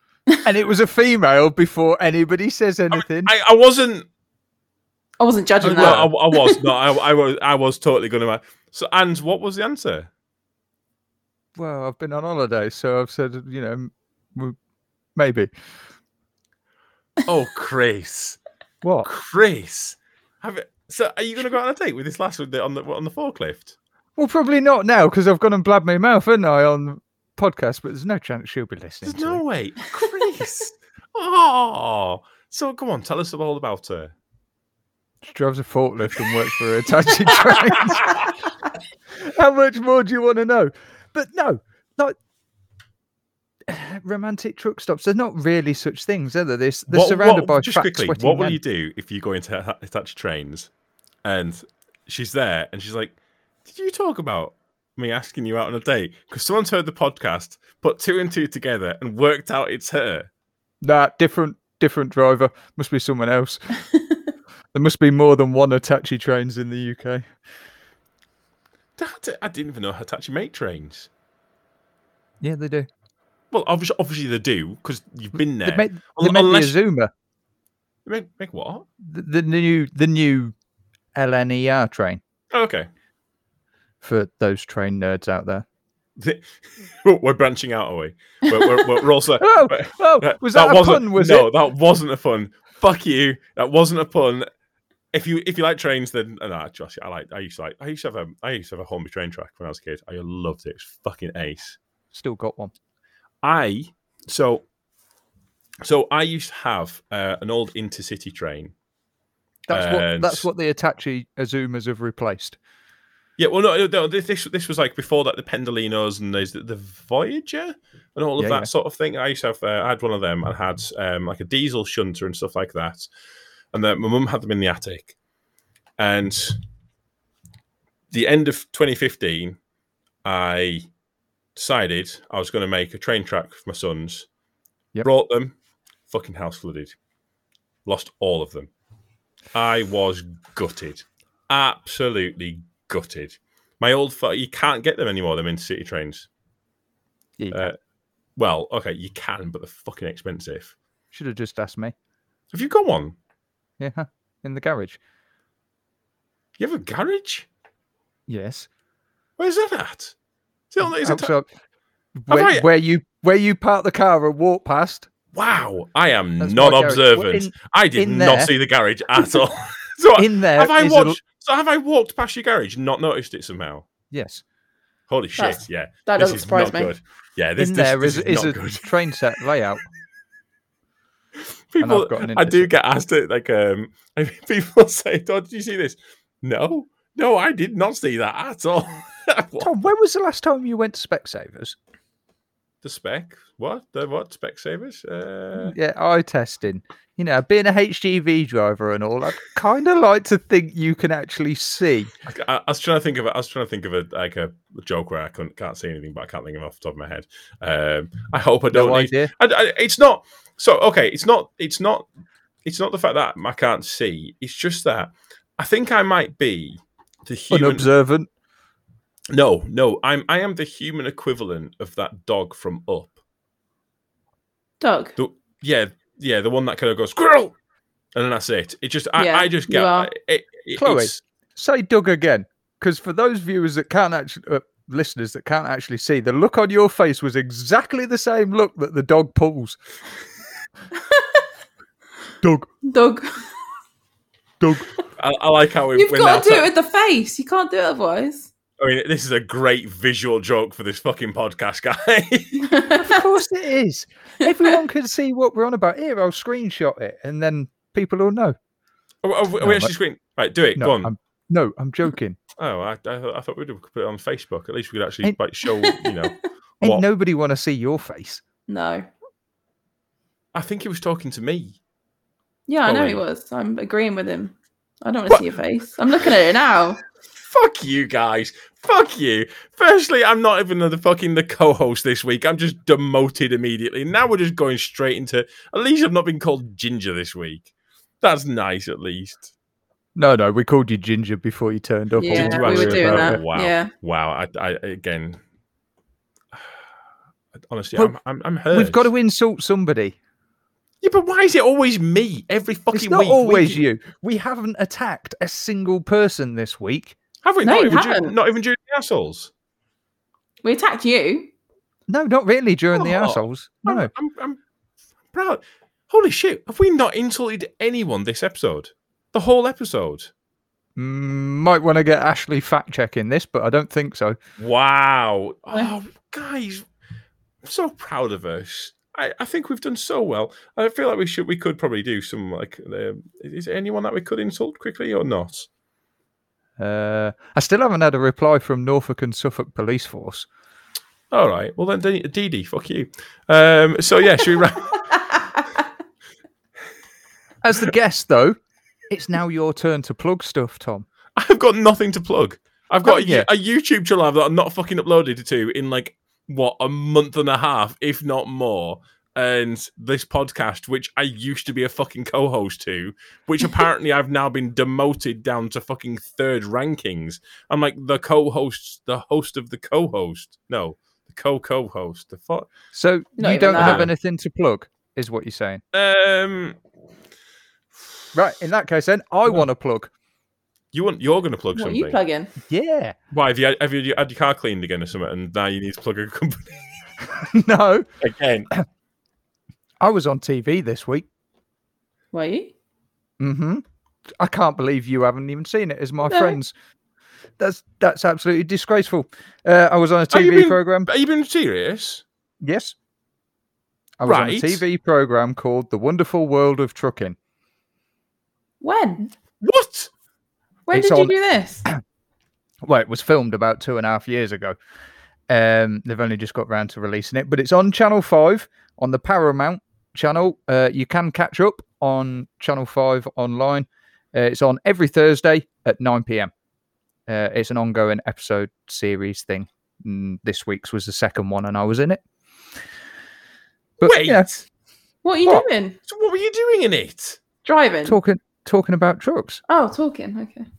Speaker 1: and it was a female. Before anybody says anything,
Speaker 4: I, I wasn't.
Speaker 3: I wasn't
Speaker 4: I,
Speaker 3: judging
Speaker 4: no, Oh, I,
Speaker 3: that.
Speaker 4: I was not. I, I was. I was totally going to. So, and what was the answer?
Speaker 1: well, I've been on holiday, so I've said, you know, m- m- maybe
Speaker 4: Oh, Chris,
Speaker 1: what?
Speaker 4: Chris. Have it, so, are you going to go out on a date with this last with the, on the on the forklift?
Speaker 1: Well, probably not now because I've gone and blabbed my mouth, haven't I, on podcast? But there's no chance she'll be listening.
Speaker 4: There's
Speaker 1: to
Speaker 4: no
Speaker 1: it.
Speaker 4: way, Chris. oh, so come on, tell us all about her.
Speaker 1: She drives a forklift and works for a taxi train. How much more do you want to know? But no, like romantic truck stops. They're not really such things, are they? They're, s- they're
Speaker 4: What-
Speaker 1: surrounded
Speaker 4: what-
Speaker 1: by
Speaker 4: just
Speaker 1: fat,
Speaker 4: quickly.
Speaker 1: sweating
Speaker 4: What will
Speaker 1: men.
Speaker 4: you do if you go into Hi- Hitachi trains, and she's there, and she's like, "Did you talk about me asking you out on a date? Because someone's heard the podcast, put two and two together, and worked out it's her."
Speaker 1: Nah, different, different driver. Must be someone else. there must be more than one Hitachi trains in the UK.
Speaker 4: That- I didn't even know Hitachi make trains.
Speaker 1: Yeah, they do.
Speaker 4: Well, obviously, obviously they do because you've been there.
Speaker 1: They make, they
Speaker 4: Un-
Speaker 1: make
Speaker 4: unless-
Speaker 1: the Azuma,
Speaker 4: They make, make what?
Speaker 1: the, the new, the new LNER train
Speaker 4: Oh, okay,
Speaker 1: for those train nerds out there.
Speaker 4: we're branching out, are we? We're, we're, we're, we're also.
Speaker 1: Oh,
Speaker 4: we're-
Speaker 1: oh,
Speaker 4: That-
Speaker 1: was that, a
Speaker 4: wasn't,
Speaker 1: pun? Was
Speaker 4: no,
Speaker 1: it?
Speaker 4: that wasn't a pun. Fuck you. That wasn't a pun. If you if you like trains, then uh, nah, Josh, I like. I used to like. I used to have a. I used to have a Hornby train track when I was a kid. I loved it. It was fucking ace.
Speaker 1: Still got one.
Speaker 4: I so so I used to have uh, an old intercity train.
Speaker 1: That's what
Speaker 4: And-
Speaker 1: that's what the Hitachi Azumas have replaced.
Speaker 4: Yeah, well, no, no this this, this was like before that the Pendolinos and those the Voyager and all of
Speaker 1: Yeah,
Speaker 4: that
Speaker 1: yeah.
Speaker 4: sort of thing. I used to have, uh, I had one of them and had um, like a diesel shunter and stuff like that. And then my mum had them in the attic. And the end of 2015, I decided I was going to make a train track for my sons.
Speaker 1: Yep.
Speaker 4: Brought them, fucking house flooded, lost all of them. I was gutted, absolutely gutted. My old, fu- you can't get them anymore. Them intercity trains.
Speaker 1: Yeah,
Speaker 4: Uh, Well, okay, you can, but they're fucking expensive.
Speaker 1: should have just asked me.
Speaker 4: Have you got one?
Speaker 1: Yeah, huh, in the garage.
Speaker 4: You have a garage?
Speaker 1: Yes.
Speaker 4: Where's that at? Is it on- is it-
Speaker 1: Outside- where,
Speaker 4: I-
Speaker 1: where you where you park the car and walk past?
Speaker 4: wow, I am
Speaker 1: That's
Speaker 4: not
Speaker 1: my garage. Well,
Speaker 4: observant. I did
Speaker 1: in
Speaker 4: not
Speaker 1: there-
Speaker 4: see the garage at all. so
Speaker 1: In, in there
Speaker 4: have I
Speaker 1: is a-
Speaker 4: watched? So have I walked past your garage and not noticed it somehow?
Speaker 1: yes.
Speaker 4: Holy shit!
Speaker 3: That's-
Speaker 4: yeah,
Speaker 3: that
Speaker 4: this
Speaker 3: doesn't
Speaker 4: is
Speaker 3: surprise
Speaker 4: not
Speaker 3: me.
Speaker 4: Good. Yeah, this,
Speaker 1: in
Speaker 4: this-
Speaker 1: there
Speaker 4: this
Speaker 1: is, is
Speaker 4: not
Speaker 1: a
Speaker 4: good.
Speaker 1: train set layout. I've
Speaker 4: people
Speaker 1: got an
Speaker 4: I do
Speaker 1: interest.
Speaker 4: get asked it like um I mean, people say, Oh, did you see this? No, no, I did not see that at all. what?
Speaker 1: Tom, when was the last time you went to Specsavers?
Speaker 4: The spec? What? The what? Spec savers? Uh
Speaker 1: Yeah, eye testing. You know, being a HGV driver and all, I kind of like to think you can actually see.
Speaker 4: I, I was trying to think of a, I was trying to think of a like a joke where I couldn't can't see anything, but I can't think of it off the top of my head. Um I hope I don't
Speaker 1: No
Speaker 4: need
Speaker 1: idea.
Speaker 4: I, I- it's not so okay it's not it's not it's not the fact that i can't see it's just that i think i might be the
Speaker 1: Oh,
Speaker 4: human
Speaker 1: Unobservant.
Speaker 4: no no i'm i am the human equivalent of that dog from up
Speaker 3: Doug.
Speaker 4: the, yeah yeah the one that kind of goes squirrel and then that's it it just i,
Speaker 3: Yeah,
Speaker 4: I just
Speaker 3: you
Speaker 4: get
Speaker 3: are.
Speaker 4: it, it,
Speaker 1: Chloe.
Speaker 4: it's-
Speaker 1: Say Doug again, because for those viewers that can't actually, uh, listeners that can't actually see, the look on your face was exactly the same look that the dog pulls. Doug,
Speaker 3: Doug.
Speaker 1: Doug.
Speaker 4: I, I like how we,
Speaker 3: You've
Speaker 4: when
Speaker 3: got to
Speaker 4: they're
Speaker 3: do it
Speaker 4: ta-
Speaker 3: with the face. You can't do it otherwise.
Speaker 4: i mean this is a great visual joke for this fucking podcast guy
Speaker 1: Of course it is. Everyone can see what we're on about. Here, I'll screenshot it, and then people will know.
Speaker 4: are, are we are
Speaker 1: No,
Speaker 4: we actually
Speaker 1: but-
Speaker 4: screen right do it
Speaker 1: No,
Speaker 4: go on
Speaker 1: I'm, no, I'm joking.
Speaker 4: Oh, I, I, thought- I thought we'd have put it on Facebook. At least we could actually
Speaker 1: Ain't-
Speaker 4: like show, you know.
Speaker 1: Ain't
Speaker 4: What?
Speaker 1: nobody want to see your face.
Speaker 3: no.
Speaker 4: I think he was talking to me.
Speaker 3: Yeah, I know he
Speaker 4: Colin.
Speaker 3: was. I'm agreeing with him. I don't want to see your face. I'm looking at it now.
Speaker 4: Fuck you guys. Fuck you. Firstly, I'm not even the fucking the co-host this week. I'm just demoted immediately. Now we're just going straight into. At least I've not been called ginger this week. That's nice. At least
Speaker 1: No, no, we called you Ginger before you turned up.
Speaker 3: Yeah,
Speaker 4: Did you
Speaker 3: we
Speaker 4: actually
Speaker 3: were doing
Speaker 4: remember?
Speaker 3: that.
Speaker 4: Wow.
Speaker 3: Yeah.
Speaker 4: Wow. I, I again, honestly,
Speaker 1: Well,
Speaker 4: I'm, I'm, I'm hurt.
Speaker 1: We've got to insult somebody.
Speaker 4: Yeah, but why is it always me every fucking
Speaker 1: It's not
Speaker 4: week?
Speaker 1: always
Speaker 4: Week-
Speaker 1: you. We haven't attacked a single person this week.
Speaker 4: Have we?
Speaker 3: No,
Speaker 4: not,
Speaker 3: you
Speaker 4: even during,
Speaker 3: haven't.
Speaker 4: not even during the assholes.
Speaker 3: We attacked you.
Speaker 1: No, not really during the
Speaker 4: Oh.
Speaker 1: assholes. No.
Speaker 4: I'm, I'm, I'm proud. Holy shit! Have we not insulted anyone this episode? The whole episode.
Speaker 1: Mm, Might want to get Ashley fact checking this, but I don't think so.
Speaker 4: Wow.
Speaker 3: Yeah.
Speaker 4: Oh, guys, I'm so proud of us. I, I think we've done so well. I feel like we should we could probably do some like um, is there anyone that we could insult quickly or not?
Speaker 1: Uh, I still haven't had a reply from Norfolk and Suffolk Police Force.
Speaker 4: All right. Well then Dee Dee, Dee, fuck you. Um so yeah, should we wrap
Speaker 1: As the guest, though, it's now your turn to plug stuff, Tom.
Speaker 4: I've got nothing to plug. I've got a,
Speaker 1: Haven't you?
Speaker 4: Yo- a YouTube channel I've- that I'm not fucking uploaded to in like what a month and a half, if not more. And this podcast, which I used to be a fucking co-host to, which apparently I've now been demoted down to fucking third rankings. I'm like the co-host, the host of the co-host. No, the co-co-host. The fuck.
Speaker 1: So
Speaker 3: Not
Speaker 1: you
Speaker 3: even
Speaker 1: don't have
Speaker 4: that.
Speaker 1: anything to plug, is what you're saying.
Speaker 4: Um,
Speaker 1: Right. In that case, then I want to plug.
Speaker 4: you want you're going to plug
Speaker 3: what are
Speaker 4: something?
Speaker 3: you plugging?
Speaker 1: Yeah.
Speaker 4: Why have you had- have you had your car cleaned again or something? And now you need to plug a company
Speaker 1: no,
Speaker 4: again.
Speaker 1: I was on TV this week.
Speaker 3: Were you?
Speaker 1: Mm-hmm. I can't believe you haven't even seen it as my
Speaker 3: No.
Speaker 1: friends. That's that's absolutely disgraceful. Uh, I was on a
Speaker 4: Have you
Speaker 1: TV
Speaker 4: been-
Speaker 1: program.
Speaker 4: Are you being serious?
Speaker 1: Yes. I was on a
Speaker 4: Right.
Speaker 1: TV program called The Wonderful World of Trucking.
Speaker 3: When?
Speaker 4: What?
Speaker 3: When
Speaker 1: It's
Speaker 3: did you
Speaker 1: on-
Speaker 3: do this?
Speaker 1: Well, it was filmed about two and a half years ago. Um, they've only just got round to releasing it, but it's on Channel 5 on the Paramount channel. Uh, you can catch up on Channel 5 online. Uh, it's on every Thursday at 9 p.m. Uh, it's an ongoing episode series thing. Mm, this week's was the second one, and I was in it. But
Speaker 4: Wait.
Speaker 1: yeah,
Speaker 3: What are you
Speaker 1: What?
Speaker 3: doing?
Speaker 4: So what were you doing in it?
Speaker 3: Driving.
Speaker 1: talking talking about trucks.
Speaker 3: Oh, talking. Okay.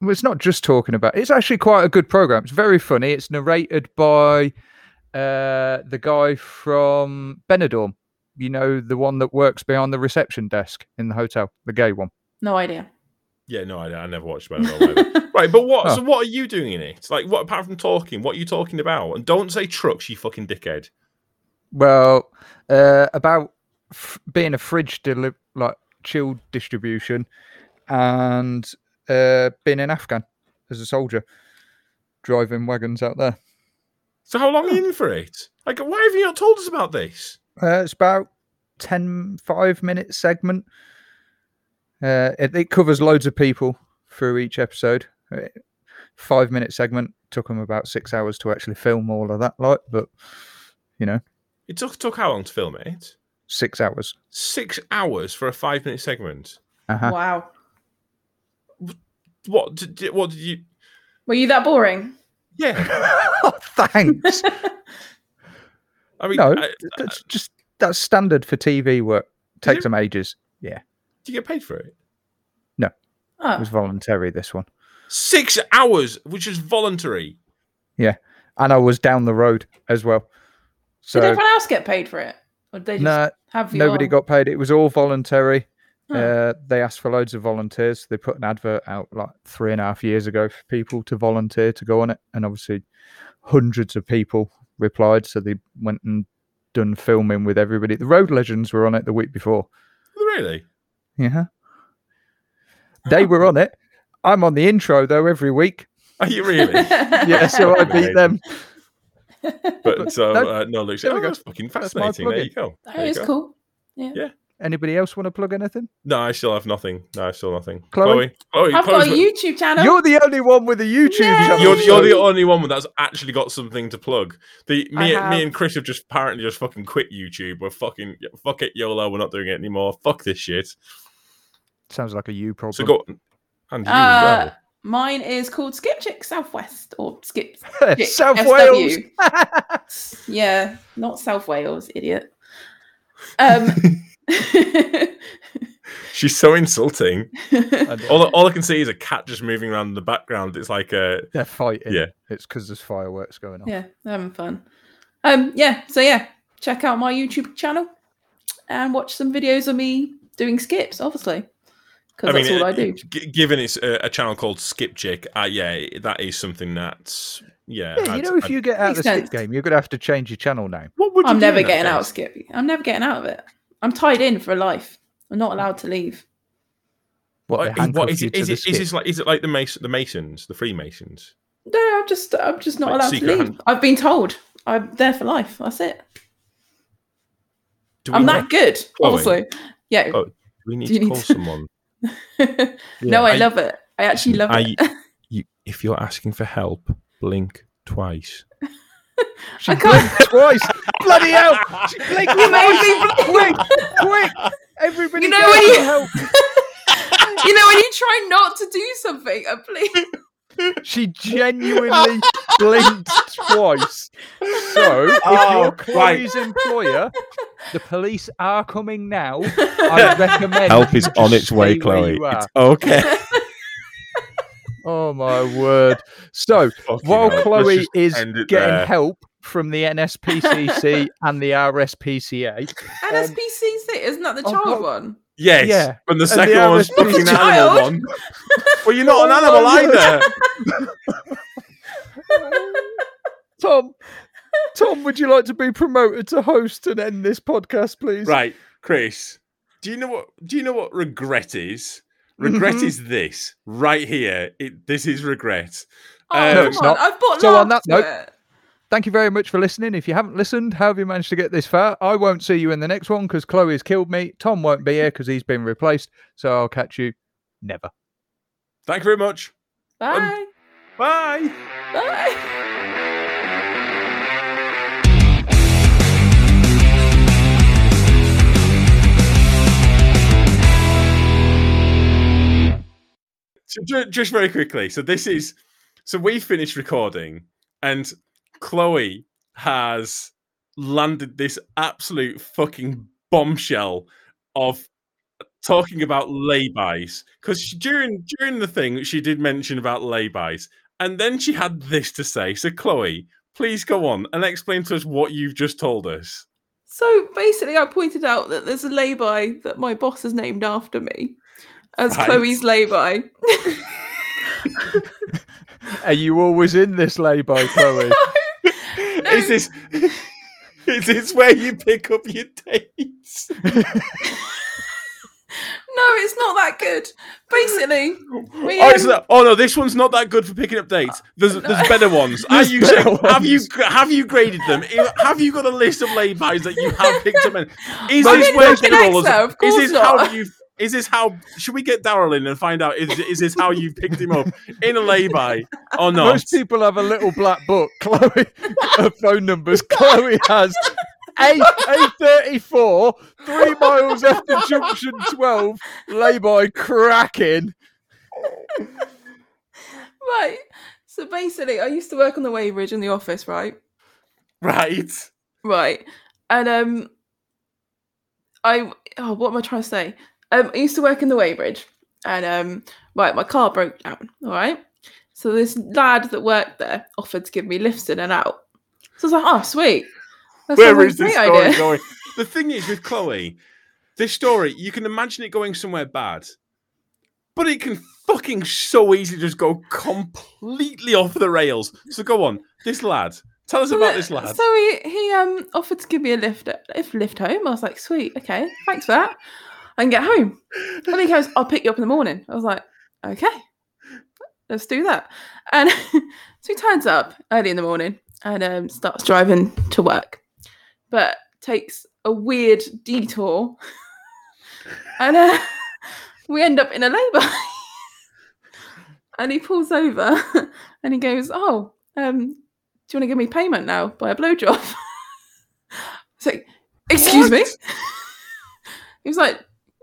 Speaker 1: Well, it's not just talking about. It's actually quite a good program. It's very funny. It's narrated by uh, the guy from Benidorm. You know, the one that works behind the reception desk in the hotel, the gay one.
Speaker 3: No idea.
Speaker 4: Yeah, no, I, I never watched Benidorm. either. right, but what?
Speaker 1: Oh.
Speaker 4: So what are you doing in it? Like, what apart from talking? What are you talking about? And don't say trucks, you fucking dickhead.
Speaker 1: Well, uh, about f- being a fridge deli- like chilled distribution, and uh, being an Afghan as a soldier, driving wagons out there.
Speaker 4: So how long are you in for it? Like, why have you not told us about this?
Speaker 1: Uh, it's about 10, five minute segment. Uh, it, it covers loads of people through each episode. Uh, Five minute segment took them about six hours to actually film all of that, like, but you know,
Speaker 4: It took took how long to film it?
Speaker 1: six hours.
Speaker 4: Six hours for a five minute segment.
Speaker 1: Uh-huh.
Speaker 3: Wow.
Speaker 4: What? Did, did- what did you?
Speaker 3: Were you that boring?
Speaker 4: Yeah,
Speaker 1: Oh, Thanks.
Speaker 4: I mean,
Speaker 1: No.
Speaker 4: I-
Speaker 1: that's just that's standard for TV work. Takes
Speaker 4: it?
Speaker 1: them ages.
Speaker 4: do you get paid for it?
Speaker 1: It
Speaker 3: Oh.
Speaker 4: Ah.
Speaker 1: was voluntary this one,
Speaker 4: Six hours, which is voluntary.
Speaker 1: and I was down the road as well.
Speaker 3: Did
Speaker 1: So
Speaker 3: everyone else get paid for it? Or did they just
Speaker 1: no,
Speaker 3: have you
Speaker 1: nobody
Speaker 3: on?
Speaker 1: got paid. It was all voluntary.
Speaker 3: Huh.
Speaker 1: Uh, they asked for loads of volunteers. They put an advert out like three and a half years ago for people to volunteer to go on it, and obviously hundreds of people replied. So they went and done filming with everybody. The Road Legends were on it the week before.
Speaker 4: Really?
Speaker 1: Yeah, they were on it. I'm on the intro though every week.
Speaker 4: Are you really?
Speaker 1: Yeah, so I beat
Speaker 4: Amazing.
Speaker 1: them.
Speaker 4: But so
Speaker 1: No.
Speaker 4: uh, no, Luke.
Speaker 1: There we
Speaker 4: There we
Speaker 1: go.
Speaker 4: That's fucking
Speaker 1: That's my
Speaker 4: fascinating. There
Speaker 1: plug-in.
Speaker 4: you go. There
Speaker 3: That
Speaker 4: you
Speaker 3: is
Speaker 4: go.
Speaker 3: cool.
Speaker 1: Anybody else want to plug anything?
Speaker 4: No, I still have nothing. No, I still have nothing.
Speaker 1: Chloe?
Speaker 4: Chloe, Chloe,
Speaker 3: I've got a
Speaker 4: Chloe's-
Speaker 3: YouTube channel.
Speaker 1: You're the only one with a YouTube
Speaker 3: Yay!
Speaker 1: channel.
Speaker 4: you're, you're the
Speaker 1: so-
Speaker 4: only one that's actually got something to plug. The
Speaker 3: I
Speaker 4: me,
Speaker 3: have.
Speaker 4: me and Chris have just apparently just fucking quit YouTube. We're fucking fuck it, YOLO. We're not doing it anymore. Fuck this shit.
Speaker 1: Sounds like a you problem.
Speaker 4: So go and you
Speaker 3: Uh,
Speaker 4: as well.
Speaker 3: Mine is called Skip Chick Southwest or Skip. Chick
Speaker 1: South
Speaker 3: SW.
Speaker 1: Wales.
Speaker 3: yeah, not South Wales, idiot. Um,
Speaker 4: She's so insulting.
Speaker 1: I don't-
Speaker 4: All, all I can see is a cat just moving around in the background. It's like uh, a
Speaker 1: They're fighting.
Speaker 4: Yeah.
Speaker 1: It's because there's fireworks going on.
Speaker 3: yeah, they're having fun. Um, yeah, so yeah, check out my YouTube channel and watch some videos of me doing skips, obviously, because that's all I do.
Speaker 4: g- given it's a, a channel called Skip Chick, uh, yeah, it- that is something that's yeah.
Speaker 1: Yeah, you
Speaker 4: I'd-
Speaker 1: know, if
Speaker 4: I'd-
Speaker 1: you get out of the
Speaker 3: Makes
Speaker 1: skip
Speaker 3: sense.
Speaker 1: game, you're going to have to change your channel name.
Speaker 4: what would you
Speaker 3: I'm
Speaker 4: do in
Speaker 3: never
Speaker 4: that
Speaker 3: getting out of
Speaker 4: case?
Speaker 3: skip. I'm never getting out of it. I'm tied in for life. I'm not allowed to leave.
Speaker 1: What,
Speaker 4: What-
Speaker 1: they handcuff
Speaker 4: what is
Speaker 1: you
Speaker 4: it?
Speaker 1: to
Speaker 4: Is
Speaker 1: the
Speaker 4: it, is
Speaker 1: skip.
Speaker 4: it like is it like the Mason, the Masons, the Freemasons?
Speaker 3: No, I'm just, I'm just not
Speaker 4: Like
Speaker 3: allowed to
Speaker 4: secret
Speaker 3: leave.
Speaker 4: hand-
Speaker 3: I've been told I'm there for life. That's it.
Speaker 4: Do we
Speaker 3: I'm
Speaker 4: know-
Speaker 3: that good,
Speaker 4: Chloe?
Speaker 3: obviously. Yeah.
Speaker 4: Oh, do we need
Speaker 3: Do you
Speaker 4: to
Speaker 3: need
Speaker 4: call
Speaker 3: to-
Speaker 4: someone?
Speaker 3: no, I,
Speaker 4: I-
Speaker 3: love it. I actually love
Speaker 4: I-
Speaker 3: it.
Speaker 4: you, if you're asking for help, blink twice.
Speaker 1: She
Speaker 3: I can't-
Speaker 1: blinked twice. Bloody hell. She blinked
Speaker 3: You
Speaker 1: twice.
Speaker 3: made me
Speaker 1: Quick, quick. Everybody
Speaker 3: You know
Speaker 1: get
Speaker 3: when
Speaker 1: out
Speaker 3: you-
Speaker 1: and help.
Speaker 3: you know when you try not to do something, uh, please.
Speaker 1: She genuinely blinked twice. So, if
Speaker 4: Oh,
Speaker 1: you're
Speaker 4: right.
Speaker 1: Chloe's employer, the police are coming now. I recommend
Speaker 4: Help is
Speaker 1: you
Speaker 4: on
Speaker 1: just
Speaker 4: its way,
Speaker 1: stay where
Speaker 4: Chloe.
Speaker 1: you are.
Speaker 4: It's okay.
Speaker 1: Oh my word! So, while Chloe is
Speaker 4: end
Speaker 1: getting
Speaker 4: it there.
Speaker 1: help from the NSPCC and the RSPCA,
Speaker 3: NSPCC isn't that the
Speaker 1: oh,
Speaker 3: child
Speaker 1: God.
Speaker 3: one?
Speaker 4: Yes,
Speaker 1: Yeah.
Speaker 4: and the
Speaker 1: the
Speaker 4: second one was
Speaker 1: RSPCA.
Speaker 4: fucking
Speaker 3: Child.
Speaker 4: animal one. Well, you're not an
Speaker 1: Oh
Speaker 4: animal
Speaker 1: my
Speaker 4: either.
Speaker 1: Tom, Tom, would you like to be promoted to host and end this podcast, please?
Speaker 4: Right, Chris. Do you know what? Do you know what regret is? Regret
Speaker 1: Mhm.
Speaker 4: is this right here. It, this is regret.
Speaker 3: Oh,
Speaker 1: No,
Speaker 4: Uh,
Speaker 3: come
Speaker 1: it's
Speaker 3: on.
Speaker 1: not.
Speaker 3: I've bought
Speaker 1: So
Speaker 3: so
Speaker 1: on that
Speaker 3: to
Speaker 1: note-
Speaker 3: it.
Speaker 1: Thank you very much for listening. If you haven't listened, how have you managed to get this far? I won't see you in the next one because Chloe's killed me. Tom won't be here because he's been replaced. So I'll catch you never.
Speaker 4: Thank you very much.
Speaker 1: um,
Speaker 3: Bye.
Speaker 4: Bye.
Speaker 3: Bye.
Speaker 4: So ju- just very quickly. So this is so we finished recording, and Chloe has landed this absolute fucking bombshell of talking about laybys because during during the thing she did mention about laybys, and then she had this to say. So Chloe, please go on and explain to us what you've just told us.
Speaker 3: So basically, I pointed out that there's a lay-by that my boss has named after me as
Speaker 4: Right.
Speaker 3: Chloe's lay-by.
Speaker 1: Are you always in this lay by, Chloe?
Speaker 4: Is this is this where you pick up your dates?
Speaker 3: No, it's not that good. Basically, we,
Speaker 4: Oh, it's
Speaker 3: um,
Speaker 4: not- oh no, this one's not that good for picking up dates. There's there's better ones. Are
Speaker 1: There's
Speaker 4: you
Speaker 1: better
Speaker 4: saying- have you
Speaker 1: ones.
Speaker 4: gra- have you graded them? I- Have you got a list of laybys that you have picked up? In? Is
Speaker 3: I
Speaker 4: this
Speaker 3: didn't
Speaker 4: where
Speaker 3: look at
Speaker 4: Daryl
Speaker 3: Excel,
Speaker 4: is?
Speaker 3: of
Speaker 4: Is
Speaker 3: course
Speaker 4: this how
Speaker 3: not.
Speaker 4: you? Is this how? Should we get Daryl in and find out? Is is this how you picked him up in a layby or not?
Speaker 1: Most people have a little black book. Chloe, her phone numbers. Chloe has A A thirty four, three miles after junction twelve, lay by cracking.
Speaker 3: right. So basically, I used to work on the Weybridge in the office, right?
Speaker 4: right.
Speaker 3: Right. And um I oh what am I trying to say? Um I used to work in the Weybridge and um right, my car broke down, all right? So this lad that worked there offered to give me lifts in and out. So I was like, oh sweet. That sounds
Speaker 4: Where
Speaker 3: like a
Speaker 4: is
Speaker 3: great
Speaker 4: this story
Speaker 3: idea.
Speaker 4: going? The thing is with Chloe, this story, you can imagine it going somewhere bad, but it can fucking so easily just go completely off the rails. So go on, this lad. Tell us
Speaker 3: So
Speaker 4: about
Speaker 3: the-
Speaker 4: this lad.
Speaker 3: So he, he um offered to give me a lift if lift home. I was like, sweet, okay, thanks for that. I can get home. And he goes, I'll pick you up in the morning. I was like, okay, let's do that. And so he turns up early in the morning and um, starts driving to work, but takes a weird detour. and uh, we end up in a labour. and he pulls over and he goes, Oh, um, do you want to give me payment now by a blowjob? I was like, excuse me? he was like,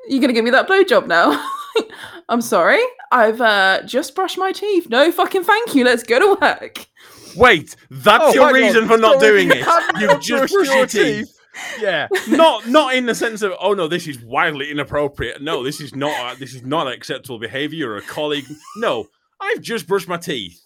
Speaker 3: you're going to give me that blowjob now? I'm sorry, I've uh, just brushed my teeth. No fucking thank you, let's go to work.
Speaker 4: Wait, that's
Speaker 1: Oh,
Speaker 4: your
Speaker 1: hang on.
Speaker 4: reason for not
Speaker 1: Sorry,
Speaker 4: doing
Speaker 1: you
Speaker 4: it.
Speaker 1: haven't
Speaker 4: You've just brushed your teeth. Yeah, not not in the sense of oh no, this is wildly inappropriate. No, this is not uh, this is not acceptable behavior. Or a colleague, no, I've just brushed my teeth.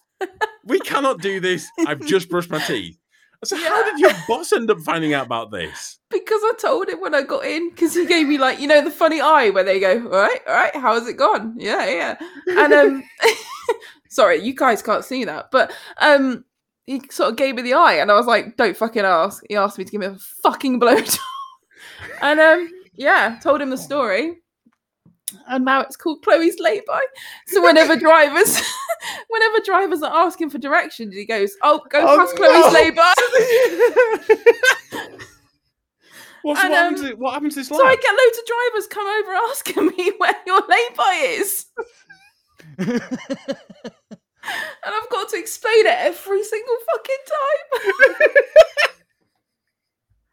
Speaker 4: We cannot do this. I've just brushed my teeth. I said, how did your boss end up finding out about this?
Speaker 3: Because I told him when I got in, because he gave me like you know the funny eye where they go, all right, all right, how has it gone? Yeah, yeah. And um, sorry, you guys can't see that, but um, he sort of gave me the eye, and I was like, don't fucking ask. He asked me to give him a fucking blowjob, and um, yeah, told him the story. And now it's called Chloe's lay by. So whenever drivers, whenever drivers are asking for directions, he goes, "Oh, go
Speaker 5: Oh,
Speaker 3: past
Speaker 5: no.
Speaker 3: Chloe's lay by."
Speaker 5: What's, what,
Speaker 3: And,
Speaker 5: happens
Speaker 3: um,
Speaker 5: to, what happens to this
Speaker 3: So I
Speaker 5: lad?
Speaker 3: get loads of drivers come over asking me where your lay-by is. and I've got to explain it every single fucking time.